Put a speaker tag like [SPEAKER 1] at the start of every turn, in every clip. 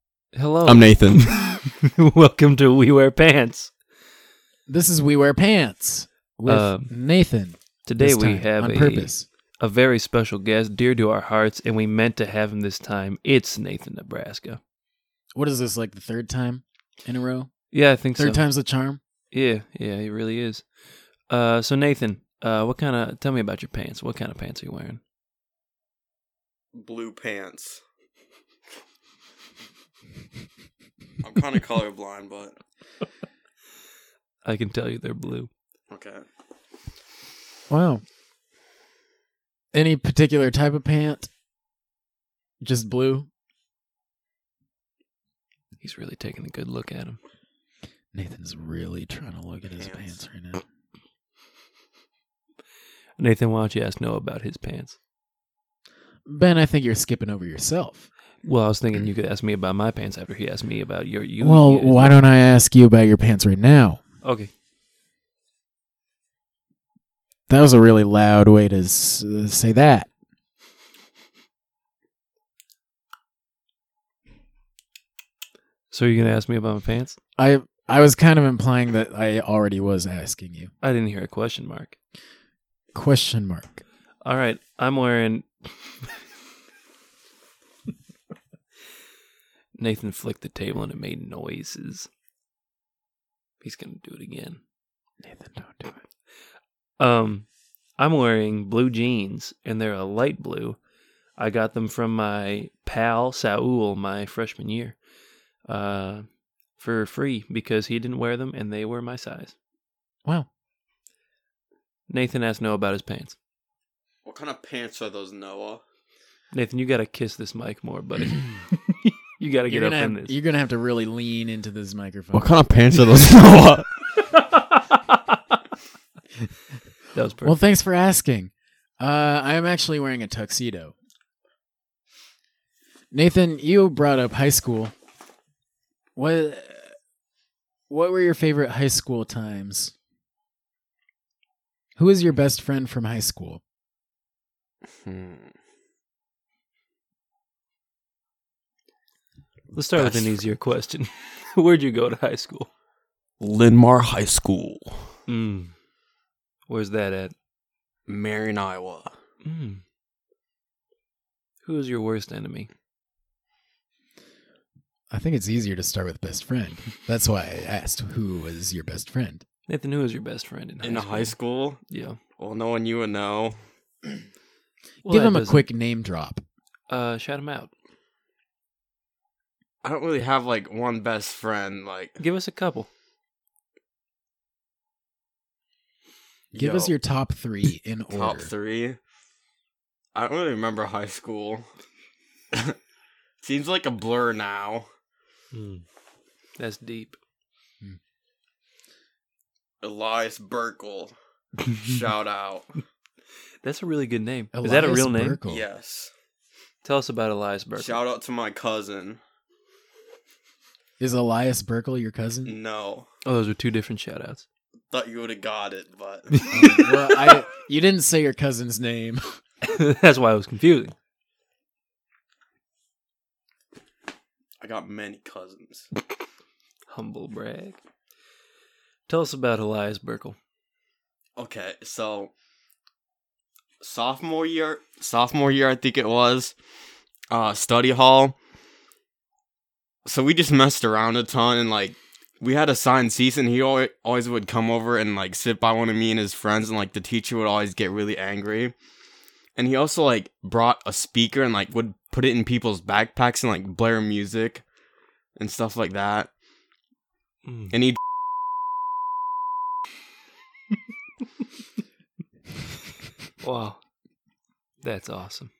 [SPEAKER 1] Oh.
[SPEAKER 2] Hello.
[SPEAKER 3] I'm Nathan.
[SPEAKER 2] Welcome to We Wear Pants.
[SPEAKER 1] This is We Wear Pants with
[SPEAKER 2] Um,
[SPEAKER 1] Nathan.
[SPEAKER 2] Today
[SPEAKER 1] this
[SPEAKER 2] we
[SPEAKER 1] time,
[SPEAKER 2] have
[SPEAKER 1] on
[SPEAKER 2] a,
[SPEAKER 1] purpose.
[SPEAKER 2] a very special guest, dear to our hearts, and we meant to have him this time. It's Nathan Nebraska.
[SPEAKER 1] What is this like the third time in a row?
[SPEAKER 2] Yeah, I think
[SPEAKER 1] Third
[SPEAKER 2] so.
[SPEAKER 1] time's the charm.
[SPEAKER 2] Yeah, yeah, he really is. Uh, so Nathan, uh, what kind of? Tell me about your pants. What kind of pants are you wearing?
[SPEAKER 4] blue pants. I'm kind of colorblind, but
[SPEAKER 2] I can tell you they're blue.
[SPEAKER 4] okay.
[SPEAKER 1] Wow. Any particular type of pant? Just blue.
[SPEAKER 2] He's really taking a good look at him.
[SPEAKER 1] Nathan's really trying to look at his pants
[SPEAKER 4] Pants.
[SPEAKER 1] right now.
[SPEAKER 2] Nathan, why don't you ask Noah about his pants?
[SPEAKER 1] Ben, I think you're skipping over yourself.
[SPEAKER 2] Well, I was thinking you could ask me about my pants after he asked me about your you.
[SPEAKER 1] well,
[SPEAKER 2] yeah.
[SPEAKER 1] why don't I ask you about your pants right now?
[SPEAKER 2] Okay.
[SPEAKER 1] That was a really loud way to s- uh, say that.
[SPEAKER 2] So you're gonna ask me about my pants?
[SPEAKER 1] I I was kind of implying that I already was asking you.
[SPEAKER 2] I didn't hear a question mark.
[SPEAKER 1] Question mark.
[SPEAKER 2] All right, I'm wearing. Nathan flicked the table and it made noises. He's gonna do it again. Nathan, don't do it. Um, I'm wearing blue jeans and they're a light blue. I got them from my pal Saul my freshman year, uh, for free because he didn't wear them and they were my size.
[SPEAKER 1] Wow.
[SPEAKER 2] Nathan asked Noah about his pants.
[SPEAKER 4] What kind of pants are those, Noah?
[SPEAKER 2] Nathan, you gotta kiss this mic more, buddy. you gotta get
[SPEAKER 1] You're
[SPEAKER 2] up
[SPEAKER 1] gonna,
[SPEAKER 2] in
[SPEAKER 1] have,
[SPEAKER 2] this.
[SPEAKER 1] you're gonna have to really lean into this microphone.
[SPEAKER 3] what kind of pants are those, Noah?
[SPEAKER 2] that was perfect.
[SPEAKER 1] Well, thanks for asking. Uh, I am actually wearing a tuxedo. Nathan, you brought up high school. What What were your favorite high school times? Who is your best friend from high school?
[SPEAKER 4] Hmm.
[SPEAKER 2] Let's start with an easier question. Where'd you go to high school?
[SPEAKER 3] Linmar High School.
[SPEAKER 1] Hmm.
[SPEAKER 2] Mm. Where's that at?
[SPEAKER 4] Marion, Iowa.
[SPEAKER 2] Mm. Who is your worst enemy?
[SPEAKER 1] I think it's easier to start with best friend. That's why I asked who was your best friend.
[SPEAKER 2] Nathan, who is your best friend in high
[SPEAKER 4] In
[SPEAKER 2] school?
[SPEAKER 4] high school?
[SPEAKER 2] Yeah.
[SPEAKER 4] Well, no one you would know.
[SPEAKER 2] Well,
[SPEAKER 1] Give
[SPEAKER 2] that
[SPEAKER 1] him a
[SPEAKER 2] doesn't-
[SPEAKER 1] quick name drop.
[SPEAKER 2] Uh, shout him out.
[SPEAKER 4] I don't really have like one best friend. Like,
[SPEAKER 2] Give us a couple.
[SPEAKER 1] Give
[SPEAKER 4] yo,
[SPEAKER 1] us your top three in order.
[SPEAKER 4] top three. I don't really remember high school. Seems like a blur now.
[SPEAKER 1] Hmm.
[SPEAKER 2] That's deep.
[SPEAKER 4] Elias Burkle. Shout out.
[SPEAKER 2] That's a really good name. is that a
[SPEAKER 1] Elias
[SPEAKER 2] real name?
[SPEAKER 1] Burkle.
[SPEAKER 4] Yes.
[SPEAKER 2] Tell us about Elias Burke.
[SPEAKER 4] Shout out to my cousin.
[SPEAKER 1] Is Elias Burkle your cousin?
[SPEAKER 4] No.
[SPEAKER 2] oh, those were two different shout outs.
[SPEAKER 4] Thought you would have got it, but
[SPEAKER 2] Mm.
[SPEAKER 1] Um, well, I, you didn't say your cousin's name.
[SPEAKER 2] That's why it was confusing.
[SPEAKER 4] I got many cousins.
[SPEAKER 2] Humble brag. Tell us about Elias Burkle.
[SPEAKER 4] Okay, so sophomore year, sophomore year, I think it was, uh, study hall. So we just messed around a ton, and like we had assigned seats, and he always, always would come over and like sit by one of me and his friends, and like the teacher would always get really angry. And he also like brought a speaker and like would put it in people's backpacks and like blare music and stuff like that. And he
[SPEAKER 2] Wow. That's awesome.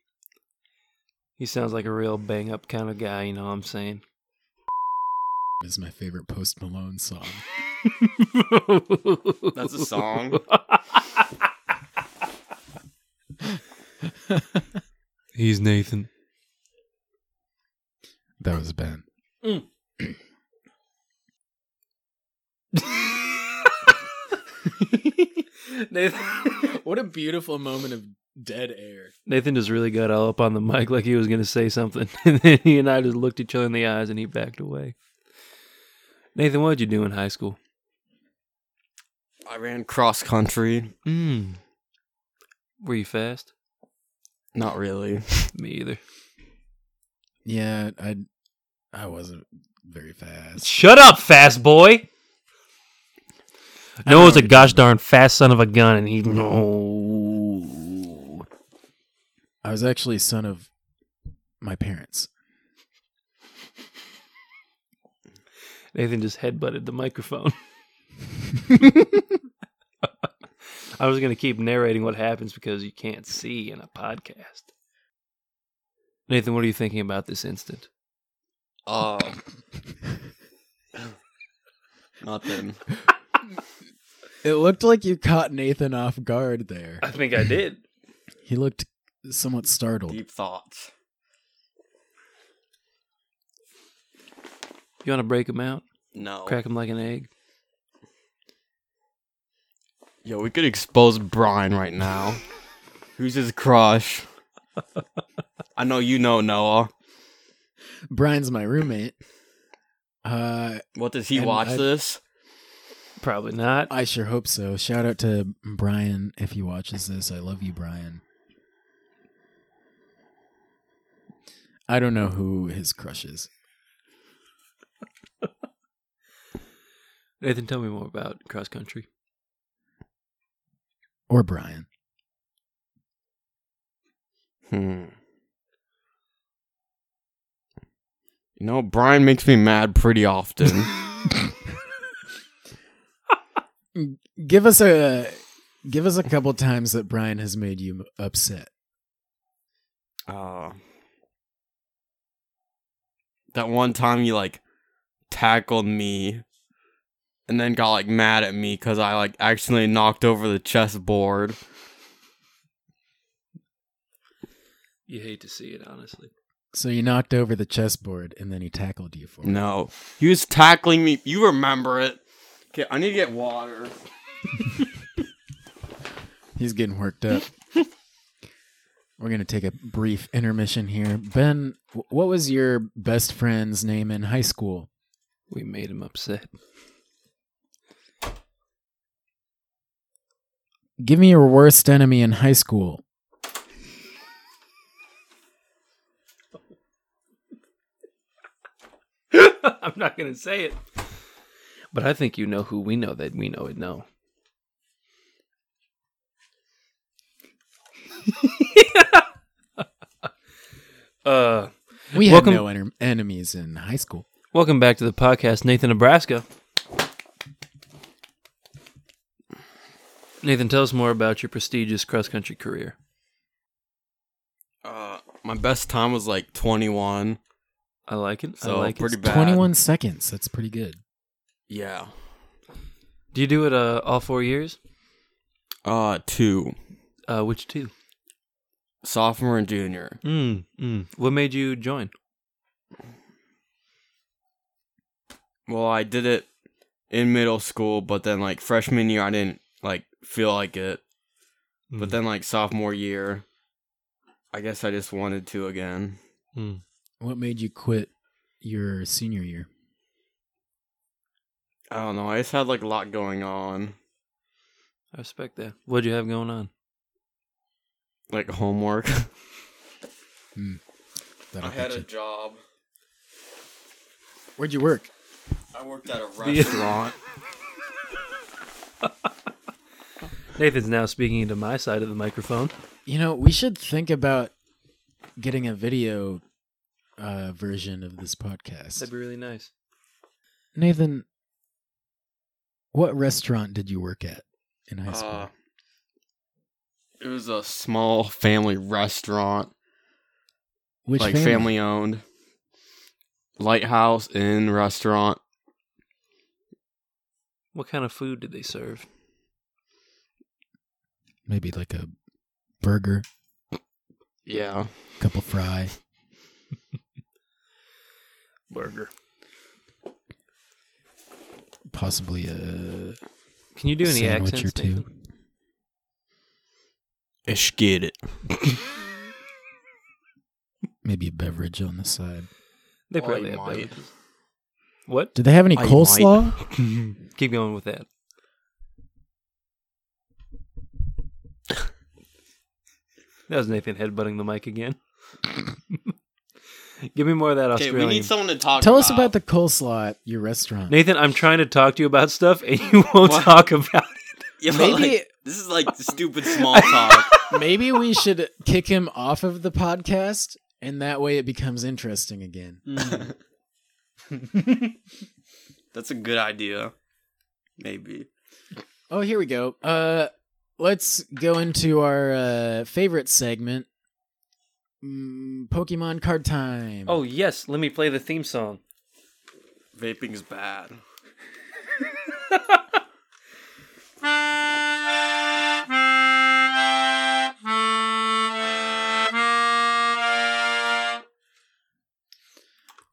[SPEAKER 2] He sounds like a real bang up kind of guy, you know what I'm saying?
[SPEAKER 1] Is my favorite Post Malone song.
[SPEAKER 4] That's a song.
[SPEAKER 2] He's Nathan.
[SPEAKER 1] That was Ben.
[SPEAKER 2] Nathan.
[SPEAKER 1] What a beautiful moment of Dead air.
[SPEAKER 2] Nathan just really got all up on the mic like he was going to say something. And then he and I just looked each other in the eyes and he backed away. Nathan, what did you do in high school?
[SPEAKER 4] I ran cross country.
[SPEAKER 2] Mm. Were you fast?
[SPEAKER 4] Not really.
[SPEAKER 2] Me either.
[SPEAKER 1] Yeah, I I wasn't very fast.
[SPEAKER 2] Shut up, fast boy.
[SPEAKER 1] I know
[SPEAKER 2] Noah's a
[SPEAKER 1] what you're
[SPEAKER 2] gosh
[SPEAKER 1] talking
[SPEAKER 2] darn fast son of a gun, and he no.
[SPEAKER 1] I was actually son of my parents.
[SPEAKER 2] Nathan just headbutted the microphone. I was going to keep narrating what happens because you can't see in a podcast. Nathan, what are you thinking about this instant?
[SPEAKER 4] Uh, nothing.
[SPEAKER 1] It looked like you caught Nathan off guard there.
[SPEAKER 2] think I did.
[SPEAKER 1] He looked somewhat startled.
[SPEAKER 4] Deep thoughts.
[SPEAKER 2] You want to break him out?
[SPEAKER 4] No.
[SPEAKER 2] Crack him like an egg?
[SPEAKER 4] Yo, we could expose Brian right now. Who's his crush? I know you know Noah.
[SPEAKER 1] Brian's my roommate. Uh,
[SPEAKER 4] What does he
[SPEAKER 1] And
[SPEAKER 4] watch
[SPEAKER 1] I-
[SPEAKER 4] this?
[SPEAKER 2] Probably not.
[SPEAKER 1] I sure hope so. Shout out to Brian if he watches this. I love you, Brian. I don't know who his crush is.
[SPEAKER 2] Nathan, tell me more about cross country.
[SPEAKER 1] Or Brian.
[SPEAKER 4] Hmm. You know, Brian makes me mad pretty often.
[SPEAKER 1] Give us a give us a couple times that Brian has made you upset.
[SPEAKER 4] uh, that one time you like tackled me and then got like mad at me because I like accidentally knocked over the chessboard.
[SPEAKER 2] You hate to see it, honestly.
[SPEAKER 1] So you knocked over the chessboard and then he tackled you for it.
[SPEAKER 4] No. He was tackling me. You remember it. Okay, I need to get water.
[SPEAKER 1] He's getting worked up. We're going to take a brief intermission here. Ben, wh- what was your best friend's name in high school?
[SPEAKER 2] We made him upset.
[SPEAKER 1] Give me your worst enemy in high school.
[SPEAKER 2] I'm not going to say it. But I think you know who we know that we know it know. uh,
[SPEAKER 1] We had
[SPEAKER 2] Welcome-
[SPEAKER 1] no enter- enemies in high school.
[SPEAKER 2] welcome back to the podcast, Nathan Nebraska. Nathan, tell us more about your prestigious cross country career.
[SPEAKER 4] Uh, my best time was like 21.
[SPEAKER 2] I like it. I
[SPEAKER 4] So
[SPEAKER 2] like
[SPEAKER 4] pretty
[SPEAKER 2] it.
[SPEAKER 4] bad.
[SPEAKER 1] 21 seconds. That's pretty good.
[SPEAKER 4] Yeah.
[SPEAKER 2] Do you do it uh, all four years?
[SPEAKER 4] Uh, two.
[SPEAKER 2] Uh, which two?
[SPEAKER 4] Sophomore and junior.
[SPEAKER 2] Mm, mm. What made you join?
[SPEAKER 4] Well, I did it in middle school, but then like freshman year, I didn't like feel like it. But then like sophomore year, I guess I just wanted to again.
[SPEAKER 1] What made you quit your senior year?
[SPEAKER 4] I don't know. I just had like a lot going on,
[SPEAKER 2] I respect that. What'd you have going on?
[SPEAKER 4] like homework.
[SPEAKER 1] That'll get you.
[SPEAKER 4] job.
[SPEAKER 1] Where'd you work?
[SPEAKER 4] I worked at a
[SPEAKER 2] restaurant. Nathan's now speaking into my side of the microphone.
[SPEAKER 1] You know, we should think about getting a video uh, version of this podcast.
[SPEAKER 2] That'd be really nice.
[SPEAKER 1] Nathan, what restaurant did you work at in high school?
[SPEAKER 4] Uh, it was a small family restaurant,
[SPEAKER 1] Which
[SPEAKER 4] like family owned. Lighthouse Inn restaurant.
[SPEAKER 2] What kind of food did they serve?
[SPEAKER 1] Maybe like a burger,
[SPEAKER 4] Yeah.
[SPEAKER 1] couple fry.
[SPEAKER 2] Burger.
[SPEAKER 1] possibly a
[SPEAKER 2] Can you do any
[SPEAKER 1] sandwich
[SPEAKER 2] accents?
[SPEAKER 1] or two.
[SPEAKER 2] Nathan?
[SPEAKER 3] I scared it.
[SPEAKER 1] Maybe a beverage on the side.
[SPEAKER 2] They
[SPEAKER 4] Oi,
[SPEAKER 2] probably have
[SPEAKER 4] mate.
[SPEAKER 2] beverages. What?
[SPEAKER 1] Did they have any
[SPEAKER 3] I might.
[SPEAKER 1] coleslaw?
[SPEAKER 2] Keep going with that. that was Nathan headbutting the mic again. Give me more of that
[SPEAKER 4] Okay,
[SPEAKER 2] Australian.
[SPEAKER 4] we need someone to talk.
[SPEAKER 1] Tell us about the coleslaw at your restaurant.
[SPEAKER 2] Nathan, I'm trying to talk to you about stuff and you won't
[SPEAKER 4] What?
[SPEAKER 2] talk about it.
[SPEAKER 4] Yeah, but,
[SPEAKER 1] Maybe
[SPEAKER 4] like, this is like stupid small talk.
[SPEAKER 1] maybe we should kick him off of the podcast, and that way it becomes interesting again.
[SPEAKER 4] That's a good idea. Maybe.
[SPEAKER 1] Oh, here we go. Uh, let's go into our uh, favorite segment, mm, Pokemon Card Time.
[SPEAKER 2] Oh, yes. Let me play the theme song.
[SPEAKER 4] Vaping's bad.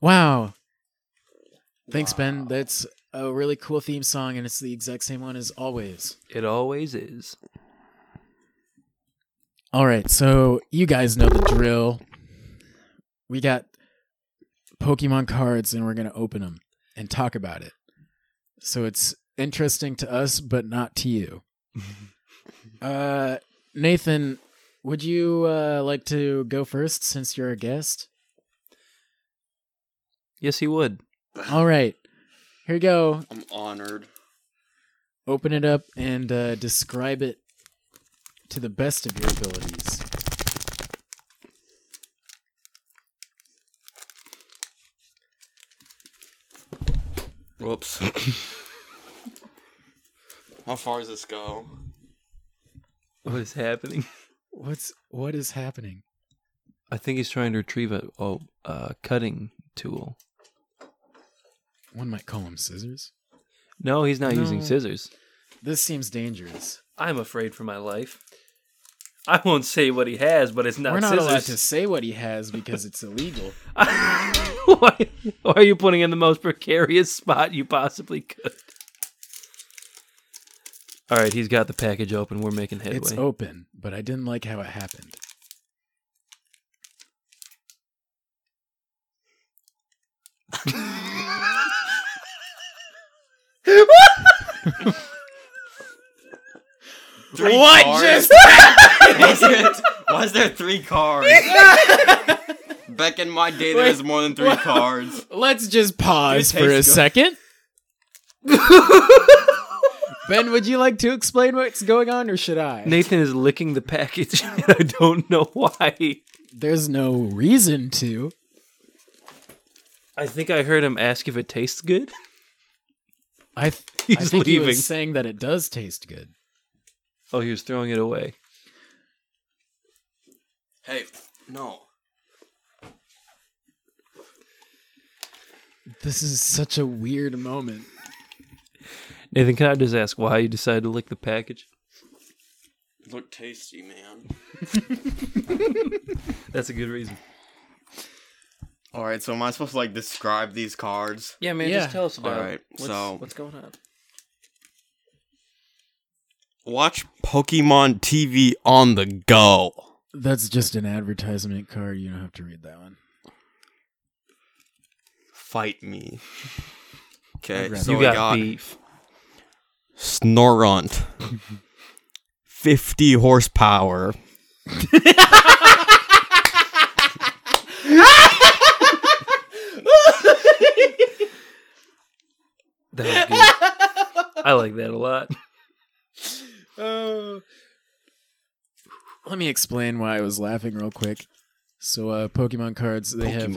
[SPEAKER 1] wow! Thanks, Ben. That's a really cool theme song, and it's the exact same one as always.
[SPEAKER 2] It always is.
[SPEAKER 1] All right, so you guys know the drill. We got Pokemon cards and we're going to open them and talk about it. So it's interesting to us but not to you. uh Nathan, would you uh like to go first since you're a guest?
[SPEAKER 2] Yes, he would.
[SPEAKER 1] All right. Here you go.
[SPEAKER 4] I'm honored.
[SPEAKER 1] Open it up and uh describe it to the best of your abilities.
[SPEAKER 4] Whoops. How far does this go?
[SPEAKER 2] What is happening?
[SPEAKER 1] What's what is happening?
[SPEAKER 2] I think he's trying to retrieve a oh, uh, cutting tool.
[SPEAKER 1] One might call them scissors.
[SPEAKER 2] No, he's not using
[SPEAKER 1] No.
[SPEAKER 2] scissors.
[SPEAKER 1] This seems dangerous.
[SPEAKER 2] I'm afraid for my life. I won't say what he has, but it's not
[SPEAKER 1] We're not allowed to
[SPEAKER 2] scissors.
[SPEAKER 1] say what he has because it's illegal.
[SPEAKER 2] why, why are you putting in the most precarious spot you possibly could? All right, he's got the package open. We're making headway.
[SPEAKER 1] It's open, but I didn't like how it happened.
[SPEAKER 4] Three
[SPEAKER 2] What
[SPEAKER 4] cars? Why is there three cards? Back in my day, there was more than three cards.
[SPEAKER 1] Let's just pause
[SPEAKER 4] Good
[SPEAKER 1] for a
[SPEAKER 4] taste, go-
[SPEAKER 1] second. ben, would you like to explain what's going on, or should I?
[SPEAKER 2] Nathan is licking the package, and I don't know why.
[SPEAKER 1] There's no reason to.
[SPEAKER 2] I think I heard him ask if it tastes good.
[SPEAKER 1] I, th- I
[SPEAKER 2] He's
[SPEAKER 1] think he
[SPEAKER 2] leaving.
[SPEAKER 1] was saying that it does taste good.
[SPEAKER 2] Oh, he was throwing it away.
[SPEAKER 4] Hey, no.
[SPEAKER 1] This is such a weird moment.
[SPEAKER 2] Nathan, can I just ask why you decided to lick the package?
[SPEAKER 4] Look tasty, man.
[SPEAKER 2] That's a good reason.
[SPEAKER 4] All right, so am I supposed to like describe these cards?
[SPEAKER 2] Yeah, man,
[SPEAKER 1] Yeah.
[SPEAKER 2] just tell us about
[SPEAKER 4] All
[SPEAKER 2] it.
[SPEAKER 4] right,
[SPEAKER 2] What's,
[SPEAKER 4] so-
[SPEAKER 2] what's going on?
[SPEAKER 4] Watch Pokemon TV on the go.
[SPEAKER 1] That's just an advertisement card. You don't have to read that one.
[SPEAKER 4] Fight me. Okay,
[SPEAKER 1] I'd rather-
[SPEAKER 4] so
[SPEAKER 2] you
[SPEAKER 4] we
[SPEAKER 2] got,
[SPEAKER 4] got
[SPEAKER 2] beef.
[SPEAKER 4] Snorunt. 50 horsepower.
[SPEAKER 2] That was good. I like that a lot.
[SPEAKER 1] Oh. Let me explain why I was laughing real quick. So, uh, Pokemon cards, they
[SPEAKER 4] Pokemon.
[SPEAKER 1] have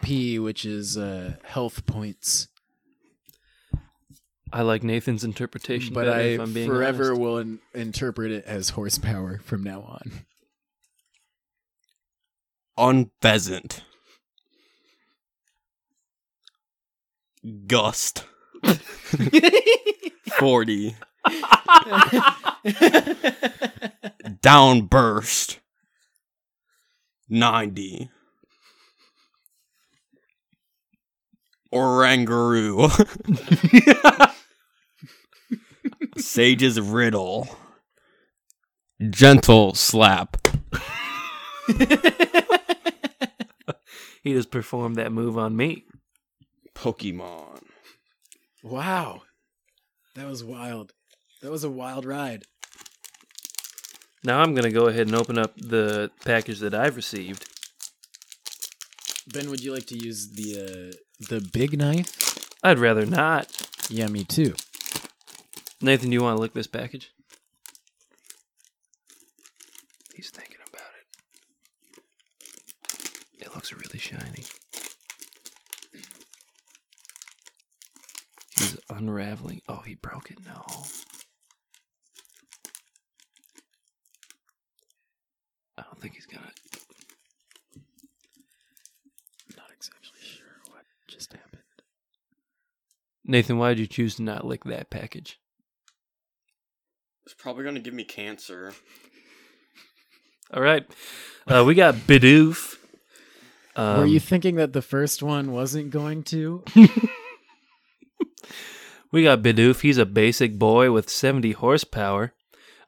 [SPEAKER 1] HP, which is uh, health points.
[SPEAKER 2] I like Nathan's interpretation,
[SPEAKER 1] But
[SPEAKER 2] better,
[SPEAKER 1] I
[SPEAKER 2] if I'm being
[SPEAKER 1] forever
[SPEAKER 2] honest.
[SPEAKER 1] will in- interpret it as horsepower from now on.
[SPEAKER 4] Unpheasant. Gust. 40. Downburst. 90. Orangaroo. Sage's Riddle.
[SPEAKER 3] Gentle slap.
[SPEAKER 2] He just performed that move on me.
[SPEAKER 4] Pokemon.
[SPEAKER 1] Wow. That was wild. That was a wild ride.
[SPEAKER 2] Now I'm gonna go ahead and open up the package that I've received.
[SPEAKER 1] Ben, would you like to use the uh, the big knife?
[SPEAKER 2] I'd rather not.
[SPEAKER 1] Yeah, me too.
[SPEAKER 2] Nathan, do you want to look this package? He's thinking about it. It looks really shiny. He's unraveling. Oh, he broke it. No. I don't think he's gonna.
[SPEAKER 1] I'm not exactly sure what just happened.
[SPEAKER 2] Nathan, why did you choose to not lick that package?
[SPEAKER 4] It's probably gonna give me cancer.
[SPEAKER 2] All right. Uh, we got Bidoof. Um,
[SPEAKER 1] Were you thinking that the first one wasn't going to?
[SPEAKER 2] We got Bidoof. He's a basic boy with 70 horsepower.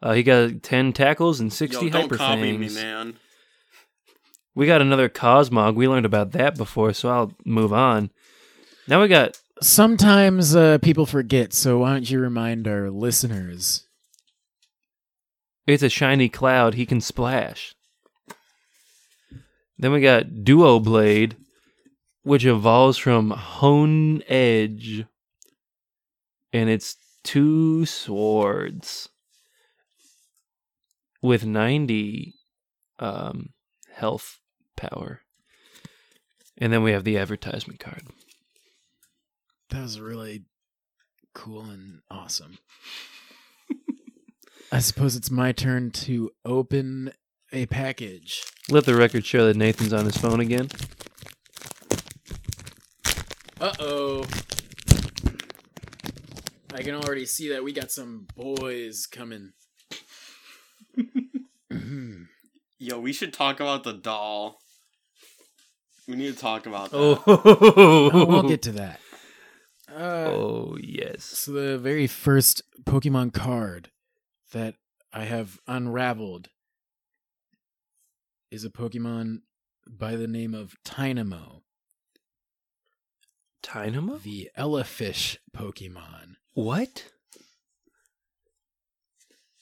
[SPEAKER 2] Uh, he got 10 tackles and 60
[SPEAKER 4] Yo, don't
[SPEAKER 2] hyper
[SPEAKER 4] copy
[SPEAKER 2] fangs.
[SPEAKER 4] me, man.
[SPEAKER 2] We got another Cosmog. We learned about that before, so I'll move on. Now we got
[SPEAKER 1] Sometimes uh, people forget, so why don't you remind our listeners?
[SPEAKER 2] it's a shiny cloud. He can splash. Then we got Duo Blade, which evolves from Hone Edge, and it's two swords with ninety um, health power. And then we have the advertisement card.
[SPEAKER 1] That was really cool and awesome. I suppose it's my turn to open a package.
[SPEAKER 2] Let the record show that Nathan's on his phone again.
[SPEAKER 1] Uh oh. I can already see that we got some boys coming. Mm-hmm.
[SPEAKER 4] Yo, we should talk about the doll. We need to talk about that.
[SPEAKER 1] Oh, we'll get to that. Uh,
[SPEAKER 2] oh yes.
[SPEAKER 1] So the very first Pokemon card that I have unraveled is a Pokemon by the name of Tynamo,
[SPEAKER 2] Dynamo?
[SPEAKER 1] the Elefish Pokemon,
[SPEAKER 2] What?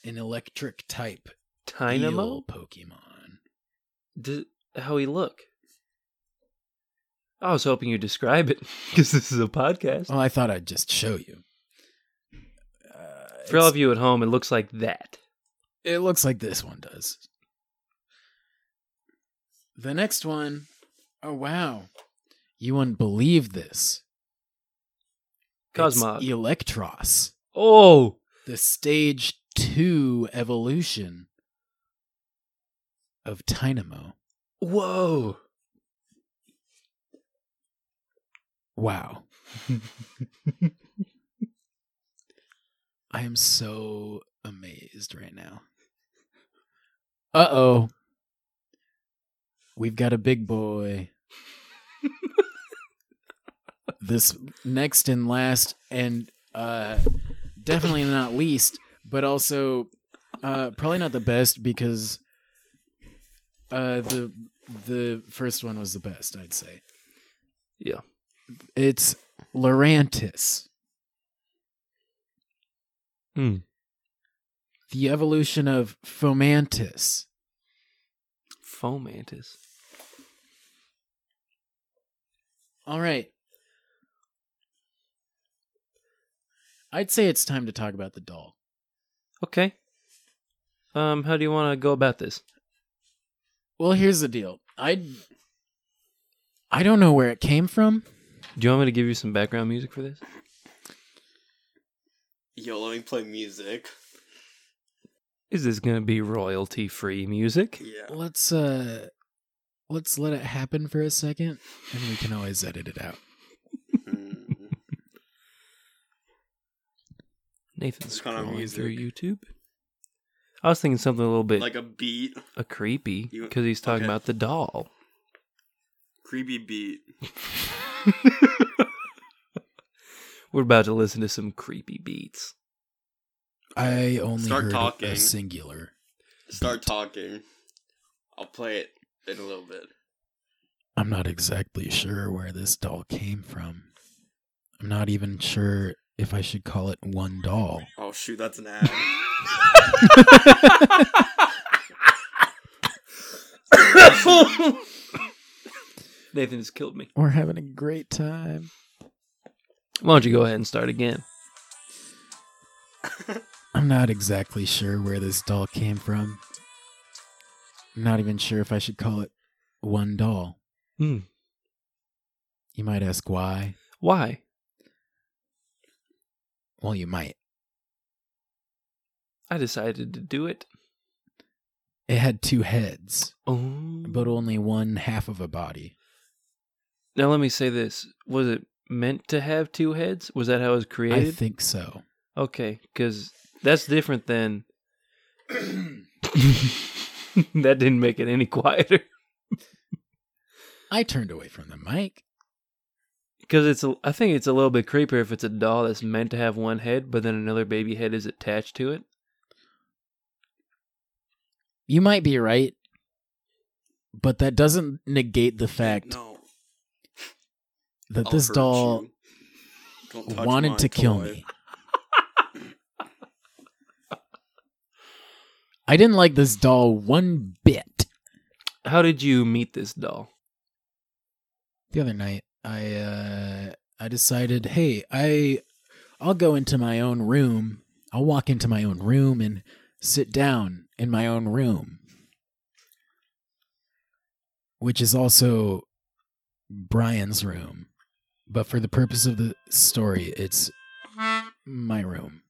[SPEAKER 1] an electric type
[SPEAKER 2] Dynamo?
[SPEAKER 1] eel Pokemon.
[SPEAKER 2] D- how he look? I was hoping you'd describe it because this is a podcast.
[SPEAKER 4] Oh,
[SPEAKER 1] Well, Oh, I thought I'd just show you. Uh,
[SPEAKER 2] For all
[SPEAKER 1] it's-
[SPEAKER 2] of you at home, it looks like that.
[SPEAKER 1] It looks like this one does. The next one, oh wow. You wouldn't believe this. It's
[SPEAKER 2] Cosmog.
[SPEAKER 1] Electros.
[SPEAKER 2] Oh,
[SPEAKER 1] The stage two evolution of Tynamo.
[SPEAKER 2] whoa!
[SPEAKER 1] Wow. I am so amazed right now. Uh oh. We've got a big boy. this next and last, and uh, definitely not least, but also uh, probably not the best because uh, the the first one was the best, I'd say.
[SPEAKER 2] Yeah.
[SPEAKER 1] It's Lurantis.
[SPEAKER 2] Hmm.
[SPEAKER 1] The evolution of Fomantis.
[SPEAKER 2] Fomantis.
[SPEAKER 1] All right. I'd say it's time to talk about the doll.
[SPEAKER 2] Okay. Um, how do you want to go about this?
[SPEAKER 1] Well, here's the deal. I I don't know where it came from.
[SPEAKER 2] Do you want me to give you some background music for this?
[SPEAKER 4] Yo, let me play music.
[SPEAKER 2] Is this going to be royalty free music?
[SPEAKER 4] Yeah.
[SPEAKER 1] Let's uh let's let it happen for a second and we can always edit it out.
[SPEAKER 4] Mm.
[SPEAKER 2] Nathan's
[SPEAKER 4] What kind of
[SPEAKER 2] scrolling
[SPEAKER 4] music?
[SPEAKER 2] through YouTube. I was thinking something a little bit
[SPEAKER 4] like a beat.
[SPEAKER 2] a creepy
[SPEAKER 4] You-
[SPEAKER 2] because he's talking
[SPEAKER 4] okay.
[SPEAKER 2] about the doll.
[SPEAKER 4] Creepy beat.
[SPEAKER 2] We're about to listen to some creepy beats.
[SPEAKER 1] I only
[SPEAKER 4] Start
[SPEAKER 1] heard
[SPEAKER 4] talking.
[SPEAKER 1] a singular.
[SPEAKER 4] Start talking. I'll play it in a little bit.
[SPEAKER 1] I'm not exactly sure where this doll came from. I'm not even sure if I should call it one doll.
[SPEAKER 4] Oh shoot, that's an ad.
[SPEAKER 2] Nathan just killed me.
[SPEAKER 1] We're having a great time.
[SPEAKER 2] Why don't you go ahead and start again?
[SPEAKER 1] I'm not exactly sure where this doll came from. I'm not even sure if I should call it one doll.
[SPEAKER 2] Hmm.
[SPEAKER 1] You might ask why.
[SPEAKER 2] Why?
[SPEAKER 1] Well, you might.
[SPEAKER 2] I decided to do it.
[SPEAKER 1] It had two heads,
[SPEAKER 2] Oh,
[SPEAKER 1] but only one half of a body.
[SPEAKER 2] now let me say this: Was it meant to have two heads? Was that how it was
[SPEAKER 1] I
[SPEAKER 2] created?
[SPEAKER 1] think so.
[SPEAKER 2] Okay, because that's different than. that didn't make it any quieter
[SPEAKER 1] I turned away from the mic.
[SPEAKER 2] because it's. A, I think it's a little bit creepier if it's a doll that's meant to have one head, but then another baby head is attached to it.
[SPEAKER 1] You might be right, but that doesn't negate the fact
[SPEAKER 4] No,
[SPEAKER 1] that
[SPEAKER 4] I'll
[SPEAKER 1] this
[SPEAKER 4] hurt
[SPEAKER 1] doll
[SPEAKER 4] you. Don't touch my
[SPEAKER 1] wanted to kill
[SPEAKER 4] toy.
[SPEAKER 1] me. I didn't like this doll one bit.
[SPEAKER 2] How did you meet this doll?
[SPEAKER 1] The other night, I uh, I decided, hey, I I'll go into my own room. I'll walk into my own room and sit down in my own room, which is also Brian's room. But for the purpose of the story, it's my room.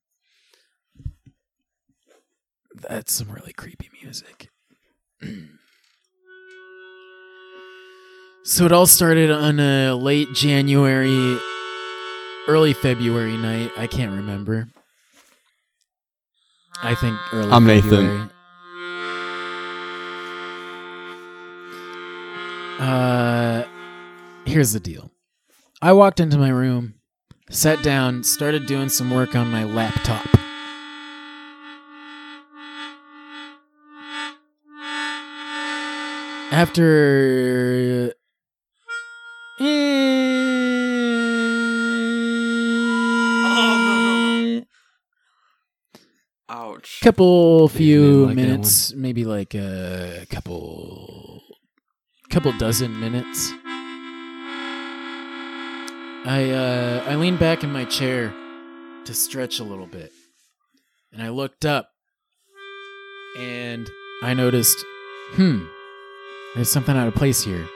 [SPEAKER 1] That's some really creepy music. So it all started on a late January, early February night. I can't remember. I think early.
[SPEAKER 4] I'm Nathan.
[SPEAKER 1] February. Uh, here's the deal. I walked into my room, sat down, started doing some work on my laptop. After
[SPEAKER 4] Oh, Ouch.
[SPEAKER 1] couple
[SPEAKER 2] didn't
[SPEAKER 1] few
[SPEAKER 2] like that
[SPEAKER 1] minutes, maybe like a couple couple dozen minutes. I uh I leaned back in my chair to stretch a little bit. And I looked up and I noticed, hmm, there's something out of place here.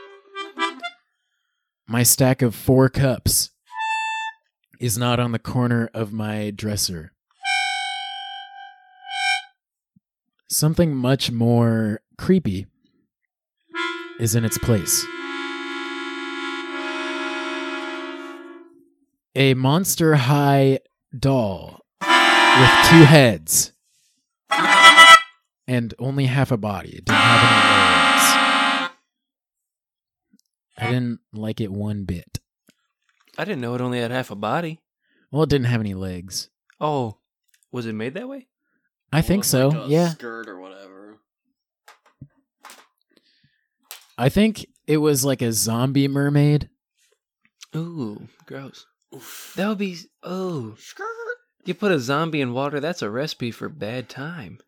[SPEAKER 1] My stack of four cups is not on the corner of my dresser. something much more creepy is in its place. A monster high doll with two heads and only half a body. It didn't have any legs. I didn't like it one bit.
[SPEAKER 2] I didn't know it only had half a body.
[SPEAKER 1] Well, it didn't have any legs.
[SPEAKER 2] Oh, was it made that way?
[SPEAKER 1] I think
[SPEAKER 4] Looked like
[SPEAKER 1] so.
[SPEAKER 4] a
[SPEAKER 1] Yeah.
[SPEAKER 4] Skirt or whatever.
[SPEAKER 1] I think it was like a zombie mermaid.
[SPEAKER 2] Ooh, gross.
[SPEAKER 4] Oof.
[SPEAKER 2] That would be. Oh,
[SPEAKER 4] Skirt.
[SPEAKER 2] you put a zombie in water. That's a recipe for bad time.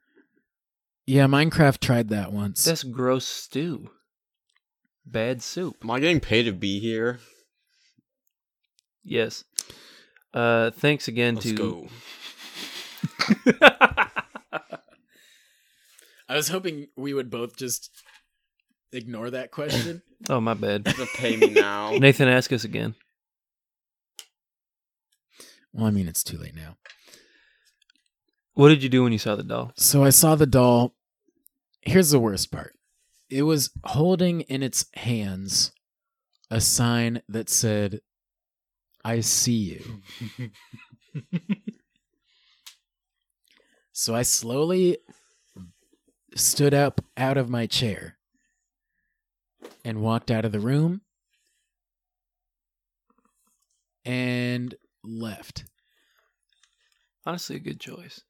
[SPEAKER 1] Yeah, Minecraft tried that once.
[SPEAKER 2] That's gross stew. Bad soup.
[SPEAKER 4] Am I getting paid to be here?
[SPEAKER 2] Yes. Uh, thanks again
[SPEAKER 4] Let's
[SPEAKER 2] to.
[SPEAKER 4] go.
[SPEAKER 1] I was hoping we would both just ignore that question.
[SPEAKER 2] Oh my bad.
[SPEAKER 4] To pay me now.
[SPEAKER 2] Nathan, ask us again.
[SPEAKER 1] well, I mean, it's too late now.
[SPEAKER 2] What did you do when you saw the doll?
[SPEAKER 1] So I saw the doll. Here's the worst part it was holding in its hands a sign that said, I see you. so I slowly stood up out of my chair and walked out of the room and left.
[SPEAKER 2] Honestly, a good choice.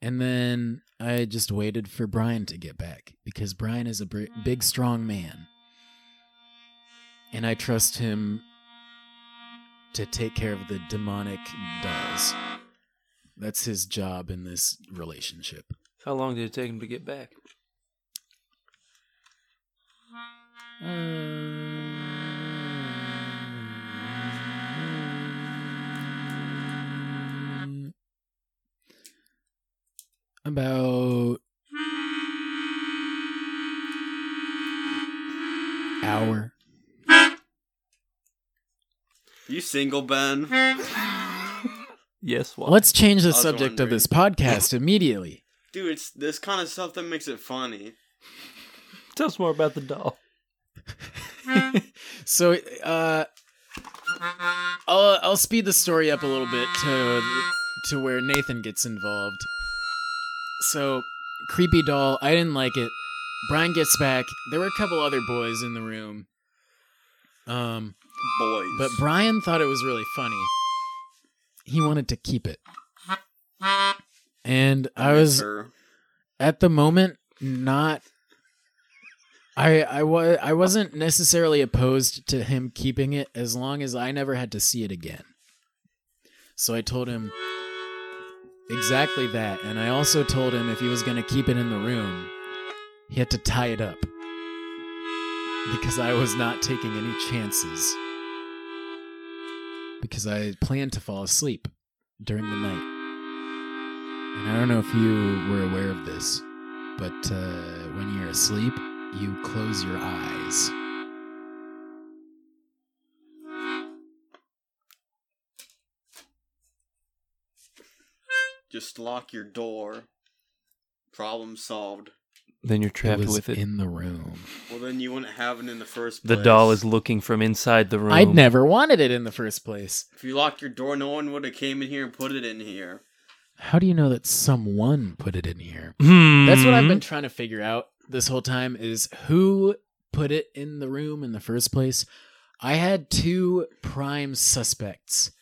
[SPEAKER 1] And then I just waited for Brian to get back because Brian is a br- big, strong man. And I trust him to take care of the demonic dolls. That's his job in this relationship.
[SPEAKER 2] How long did it take him to get back?
[SPEAKER 1] Um, About hour.
[SPEAKER 4] You single, Ben?
[SPEAKER 2] Yes, what?
[SPEAKER 1] Let's change the
[SPEAKER 4] was
[SPEAKER 1] subject of
[SPEAKER 4] wondering.
[SPEAKER 1] this podcast immediately.
[SPEAKER 4] Dude, it's this kind of stuff that makes it funny.
[SPEAKER 2] Tell us more about the doll.
[SPEAKER 1] So, uh, I'll I'll speed the story up a little bit to to where Nathan gets involved. So, creepy doll. I didn't like it. Brian gets back. There were a couple other boys in the room. Um,
[SPEAKER 4] Boys.
[SPEAKER 1] but Brian thought it was really funny. He wanted to keep it. And I was
[SPEAKER 4] Sir.
[SPEAKER 1] at the moment not I I was I wasn't necessarily opposed to him keeping it as long as I never had to see it again. So I told him exactly that and I also told him if he was going to keep it in the room he had to tie it up because I was not taking any chances because I planned to fall asleep during the night. And I don't know if you were aware of this, but uh, when you're asleep, you close your eyes.
[SPEAKER 4] Just lock your door. Problem solved.
[SPEAKER 2] Then you're
[SPEAKER 1] It
[SPEAKER 2] trapped
[SPEAKER 1] was
[SPEAKER 2] with it.
[SPEAKER 1] in the room.
[SPEAKER 4] Well, then you wouldn't have it in the first
[SPEAKER 2] the
[SPEAKER 4] place.
[SPEAKER 2] doll is looking from inside the room.
[SPEAKER 1] I'd never wanted it in the first place.
[SPEAKER 4] If you locked your door, no one would have came in here and put it in here.
[SPEAKER 1] How do you know that someone put it in here?
[SPEAKER 2] Hmm.
[SPEAKER 1] That's what I've been trying to figure out this whole time is who put it in the room in the first place. I had two prime suspects,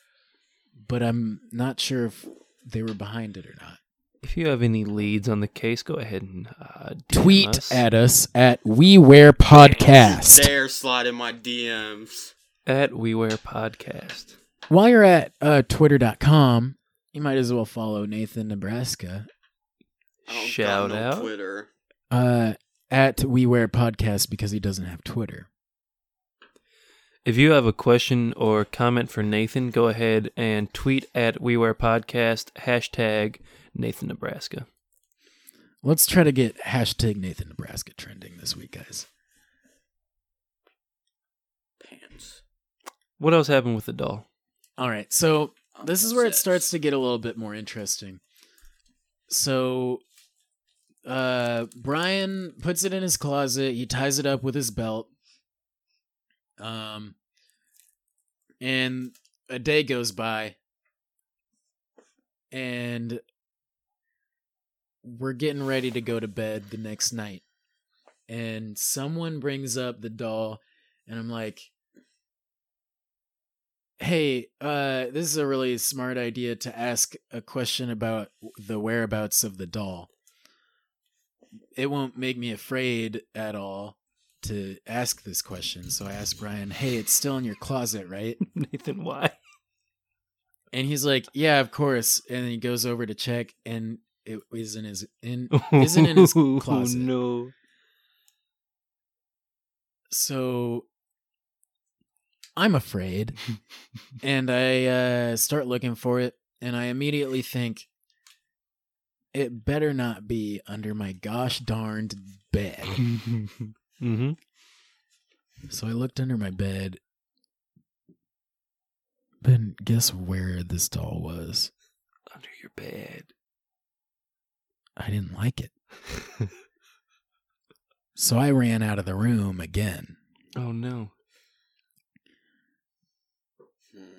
[SPEAKER 1] but I'm not sure if they were behind it or not.
[SPEAKER 2] If you have any leads on the case, go ahead and uh, DM
[SPEAKER 1] Tweet
[SPEAKER 2] us
[SPEAKER 1] at us at We Wear Podcast.
[SPEAKER 4] Dare slide in my DMs.
[SPEAKER 2] at We Wear Podcast.
[SPEAKER 1] While you're at uh, twitter.com, you might as well follow Nathan Nebraska
[SPEAKER 4] I don't got
[SPEAKER 2] Shout
[SPEAKER 4] no
[SPEAKER 2] out.
[SPEAKER 4] Twitter.
[SPEAKER 1] uh, at We Wear Podcast because he doesn't have Twitter.
[SPEAKER 2] If you have a question or comment for Nathan, go ahead and tweet at We Wear Podcast hashtag Nathan Nebraska.
[SPEAKER 1] Let's try to get hashtag Nathan Nebraska trending this week, guys.
[SPEAKER 4] Pants.
[SPEAKER 2] What else happened with the doll?
[SPEAKER 1] All right, so
[SPEAKER 4] Oh,
[SPEAKER 1] this is where it
[SPEAKER 4] Six.
[SPEAKER 1] starts to get a little bit more interesting. So, uh, Brian puts it in his closet. He ties it up with his belt. Um, and a day goes by, and we're getting ready to go to bed the next night. And someone brings up the doll, and I'm like, hey uh this is a really smart idea to ask a question about the whereabouts of the doll it won't make me afraid at all to ask this question so i asked brian hey it's still in your closet right
[SPEAKER 2] Nathan, why?
[SPEAKER 1] and he's like yeah of course and then he goes over to check and it is in his in Isn't in his closet.
[SPEAKER 2] Oh, no.
[SPEAKER 1] so I'm afraid, and I uh, start looking for it, and I immediately think it better not be under my gosh darned bed.
[SPEAKER 2] hmm
[SPEAKER 1] so I looked under my bed. Then guess where this doll was?
[SPEAKER 2] Under your bed.
[SPEAKER 1] I didn't like it, so I ran out of the room again,
[SPEAKER 2] oh no.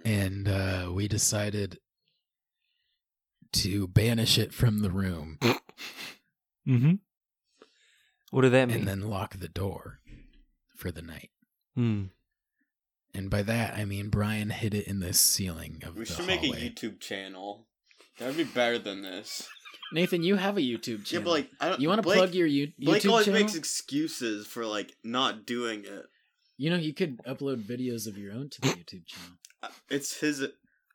[SPEAKER 1] and uh, we decided to banish it from the room.
[SPEAKER 2] Mm-hmm. What did that mean?
[SPEAKER 1] and then lock the door for the night.
[SPEAKER 2] Hmm.
[SPEAKER 1] And by that I mean Brian hid it in the ceiling of
[SPEAKER 4] We
[SPEAKER 1] the
[SPEAKER 4] should
[SPEAKER 1] hallway.
[SPEAKER 4] make a YouTube channel. That'd be better than this.
[SPEAKER 1] Nathan, you have a YouTube channel.
[SPEAKER 5] Yeah, but like I don't.
[SPEAKER 1] you want to
[SPEAKER 5] Blake-
[SPEAKER 1] plug your you-
[SPEAKER 5] Blake
[SPEAKER 1] YouTube
[SPEAKER 5] always
[SPEAKER 1] channel?
[SPEAKER 5] makes excuses for like not doing it.
[SPEAKER 1] you know, you could upload videos of your own to the YouTube channel.
[SPEAKER 5] I- Uh, It's his.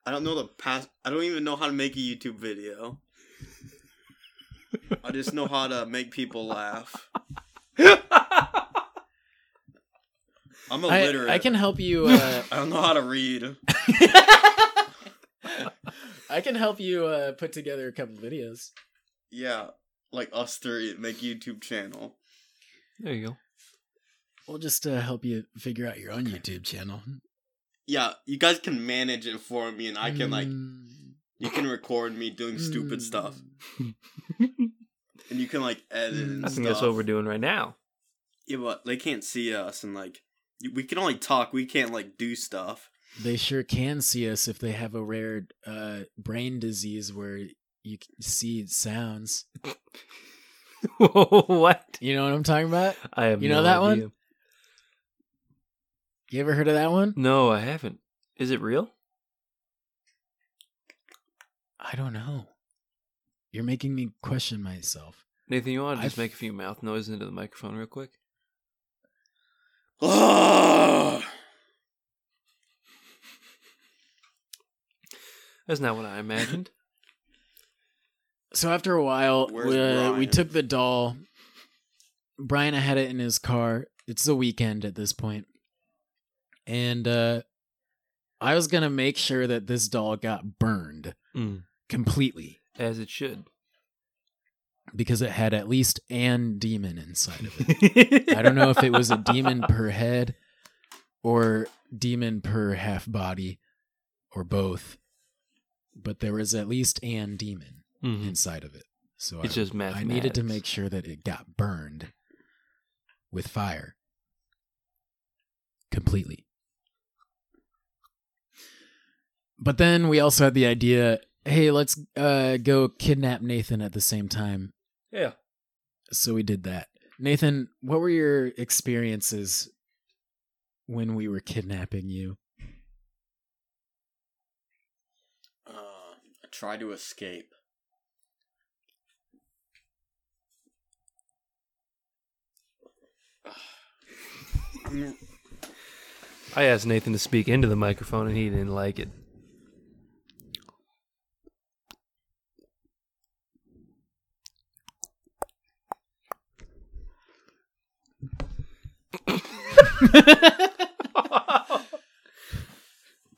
[SPEAKER 5] I don't know the past. I don't even know how to make a YouTube video. I just know how to make people laugh. I'm illiterate.
[SPEAKER 1] I, I can help you. Uh,
[SPEAKER 5] I don't know how to read.
[SPEAKER 1] I can help you uh, put together a couple videos.
[SPEAKER 5] Yeah, like us three make YouTube channel.
[SPEAKER 2] There you go.
[SPEAKER 1] We'll just uh, help you figure out your own YouTube channel.
[SPEAKER 5] Yeah, you guys can manage it for me, and I can like
[SPEAKER 1] Mm,
[SPEAKER 5] you can record me doing stupid
[SPEAKER 1] mm.
[SPEAKER 5] stuff, and you can like edit. And
[SPEAKER 2] I think that's what
[SPEAKER 5] stuff.
[SPEAKER 2] we're doing right now.
[SPEAKER 5] Yeah, but they can't see us, and like y- we can only talk. We can't like do stuff.
[SPEAKER 1] They sure can see us if they have a rare uh, brain disease where you c- see sounds.
[SPEAKER 2] what?
[SPEAKER 1] You know what I'm talking about?
[SPEAKER 2] I have
[SPEAKER 1] You know
[SPEAKER 2] no
[SPEAKER 1] that one?
[SPEAKER 2] idea.
[SPEAKER 1] You ever heard of that one?
[SPEAKER 2] No, I haven't. Is it real?
[SPEAKER 1] I don't know. You're making me question myself.
[SPEAKER 2] Nathan, you want to
[SPEAKER 1] I
[SPEAKER 2] just
[SPEAKER 1] f-
[SPEAKER 2] make a few mouth noises into the microphone real quick?
[SPEAKER 5] Uh,
[SPEAKER 2] That's not what I imagined.
[SPEAKER 1] So after a while,
[SPEAKER 5] Where's
[SPEAKER 1] we, we
[SPEAKER 5] Brian?
[SPEAKER 1] took the doll. Brian had it in his car. It's the weekend at this point. And uh, I was going to make sure that this doll got burned
[SPEAKER 2] Mm.
[SPEAKER 1] completely
[SPEAKER 2] As it should.
[SPEAKER 1] because it had at least an demon inside of it. I don't know if it was a demon per head or demon per half body or both, but there was at least an demon
[SPEAKER 2] Mhm.
[SPEAKER 1] inside of it. So
[SPEAKER 2] It's
[SPEAKER 1] I,
[SPEAKER 2] just math.
[SPEAKER 1] I needed to make sure that it got burned with fire completely. But then we also had the idea hey, let's uh, go kidnap Nathan at the same time
[SPEAKER 2] Yeah.
[SPEAKER 1] so we did that. Nathan, what were your experiences when we were kidnapping you?
[SPEAKER 5] Uh, I try to escape. I'm-
[SPEAKER 2] I asked Nathan to speak into the microphone and he didn't like it.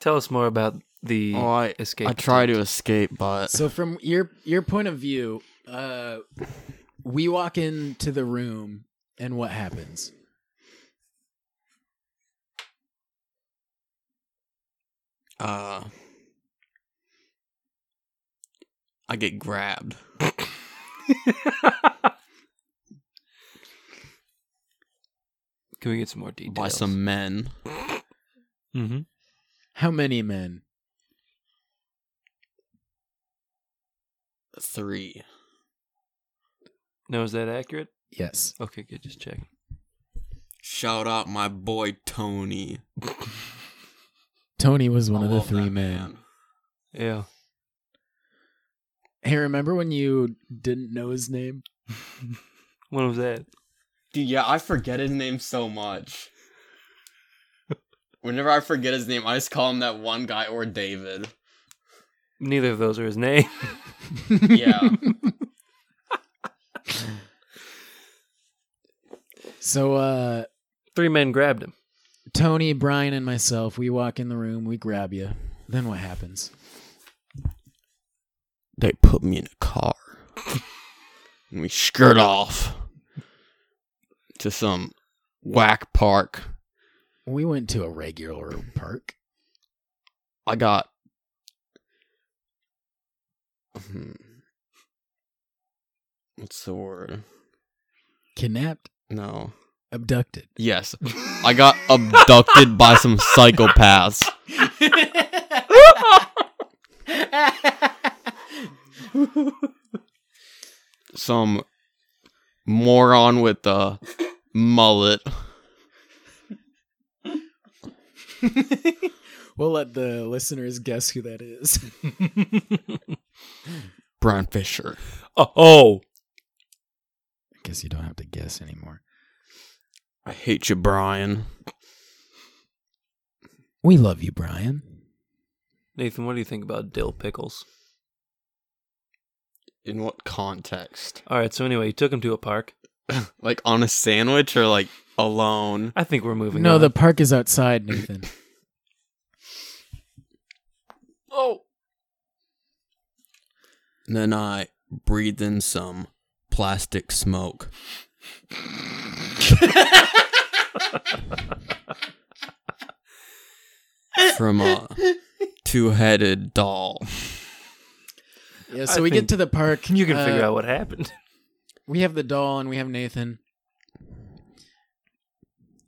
[SPEAKER 2] Tell us more about the
[SPEAKER 4] Oh, I
[SPEAKER 2] escape.
[SPEAKER 4] I try to escape, but
[SPEAKER 1] So from your your point of view, uh we walk into the room and what happens?
[SPEAKER 4] uh, I get grabbed.
[SPEAKER 2] Can we get some more details?
[SPEAKER 4] by some men.
[SPEAKER 2] Mm-hmm.
[SPEAKER 1] How many men?
[SPEAKER 4] Three.
[SPEAKER 2] No, is that accurate?
[SPEAKER 1] Yes.
[SPEAKER 2] Okay, good. Just check.
[SPEAKER 4] Shout out my boy Tony.
[SPEAKER 1] Tony was one
[SPEAKER 4] I
[SPEAKER 1] of the
[SPEAKER 4] love
[SPEAKER 1] three
[SPEAKER 4] that
[SPEAKER 1] men.
[SPEAKER 2] Yeah.
[SPEAKER 1] Hey, remember when you didn't know his name?
[SPEAKER 2] When was that?
[SPEAKER 4] Dude, yeah, I forget his name so much. Whenever I forget his name, I just call him that one guy or David.
[SPEAKER 2] Neither of those are his name.
[SPEAKER 4] Yeah.
[SPEAKER 1] So uh
[SPEAKER 2] Three men grabbed him.
[SPEAKER 1] Tony, Brian, and myself, we walk in the room, we grab you. Then what happens?
[SPEAKER 4] they put me in a car. and we skirt off to some whack park.
[SPEAKER 1] We went to a regular park.
[SPEAKER 4] I got. Hmm. What's the word?
[SPEAKER 1] Kidnapped,
[SPEAKER 4] No.
[SPEAKER 1] abducted.
[SPEAKER 4] Yes. I got abducted by some psychopaths. Some moron with a mullet.
[SPEAKER 1] We'll let the listeners guess who that is.
[SPEAKER 4] Brian Fisher.
[SPEAKER 2] Oh,
[SPEAKER 1] I guess you don't have to guess anymore.
[SPEAKER 4] I hate you, Brian.
[SPEAKER 1] We love you, Brian.
[SPEAKER 2] Nathan, what do you think about dill pickles?
[SPEAKER 4] In what context?
[SPEAKER 2] All right, so anyway, you took him to a park.
[SPEAKER 4] Like on a sandwich or like alone?
[SPEAKER 2] I think we're moving
[SPEAKER 1] no,
[SPEAKER 2] on.
[SPEAKER 1] the park is outside, Nathan.
[SPEAKER 2] oh,
[SPEAKER 4] And then I breathe in some plastic smoke. From a two headed doll.
[SPEAKER 1] yeah,
[SPEAKER 2] I
[SPEAKER 1] so we
[SPEAKER 2] think
[SPEAKER 1] get to the park.
[SPEAKER 2] you can
[SPEAKER 1] uh,
[SPEAKER 2] figure out what happened.
[SPEAKER 1] We have the doll and we have Nathan.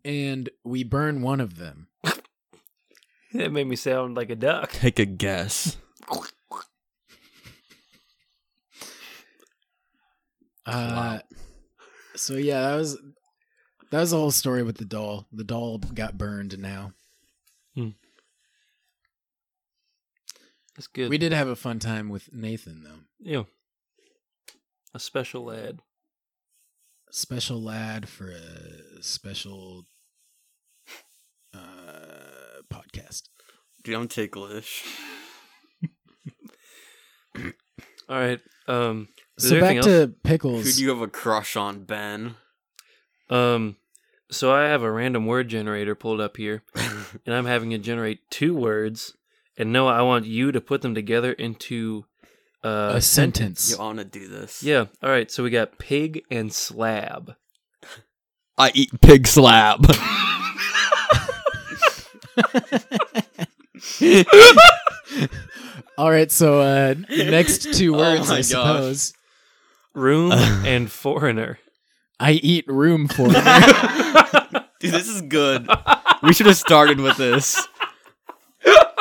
[SPEAKER 1] And we burn one of them.
[SPEAKER 2] That made me sound like a duck.
[SPEAKER 4] Take a guess.
[SPEAKER 1] Uh, so yeah, that was that was the whole story with the doll. The doll got burned. Now
[SPEAKER 2] That's good.
[SPEAKER 1] we did have a fun time with Nathan though.
[SPEAKER 2] Yeah. A special lad.
[SPEAKER 1] Special lad for a special uh, podcast.
[SPEAKER 4] Dude, I'm ticklish.
[SPEAKER 2] All right. Um. Is
[SPEAKER 1] so
[SPEAKER 2] there
[SPEAKER 1] back
[SPEAKER 2] anything
[SPEAKER 1] to
[SPEAKER 4] Who
[SPEAKER 1] pickles.
[SPEAKER 4] do you have a crush on, Ben?
[SPEAKER 2] Um. So I have a random word generator pulled up here, and I'm having it generate two words. And Noah, I want you to put them together into uh,
[SPEAKER 1] a sentence.
[SPEAKER 4] You wanna do this?
[SPEAKER 2] Yeah. All right. So we got pig and slab.
[SPEAKER 4] I eat pig slab.
[SPEAKER 1] All right, so uh, next two
[SPEAKER 4] Oh
[SPEAKER 1] words,
[SPEAKER 4] my
[SPEAKER 1] I
[SPEAKER 4] gosh.
[SPEAKER 1] suppose.
[SPEAKER 2] Room and foreigner.
[SPEAKER 1] I eat room for.
[SPEAKER 4] Dude, this is good. We should have started with this.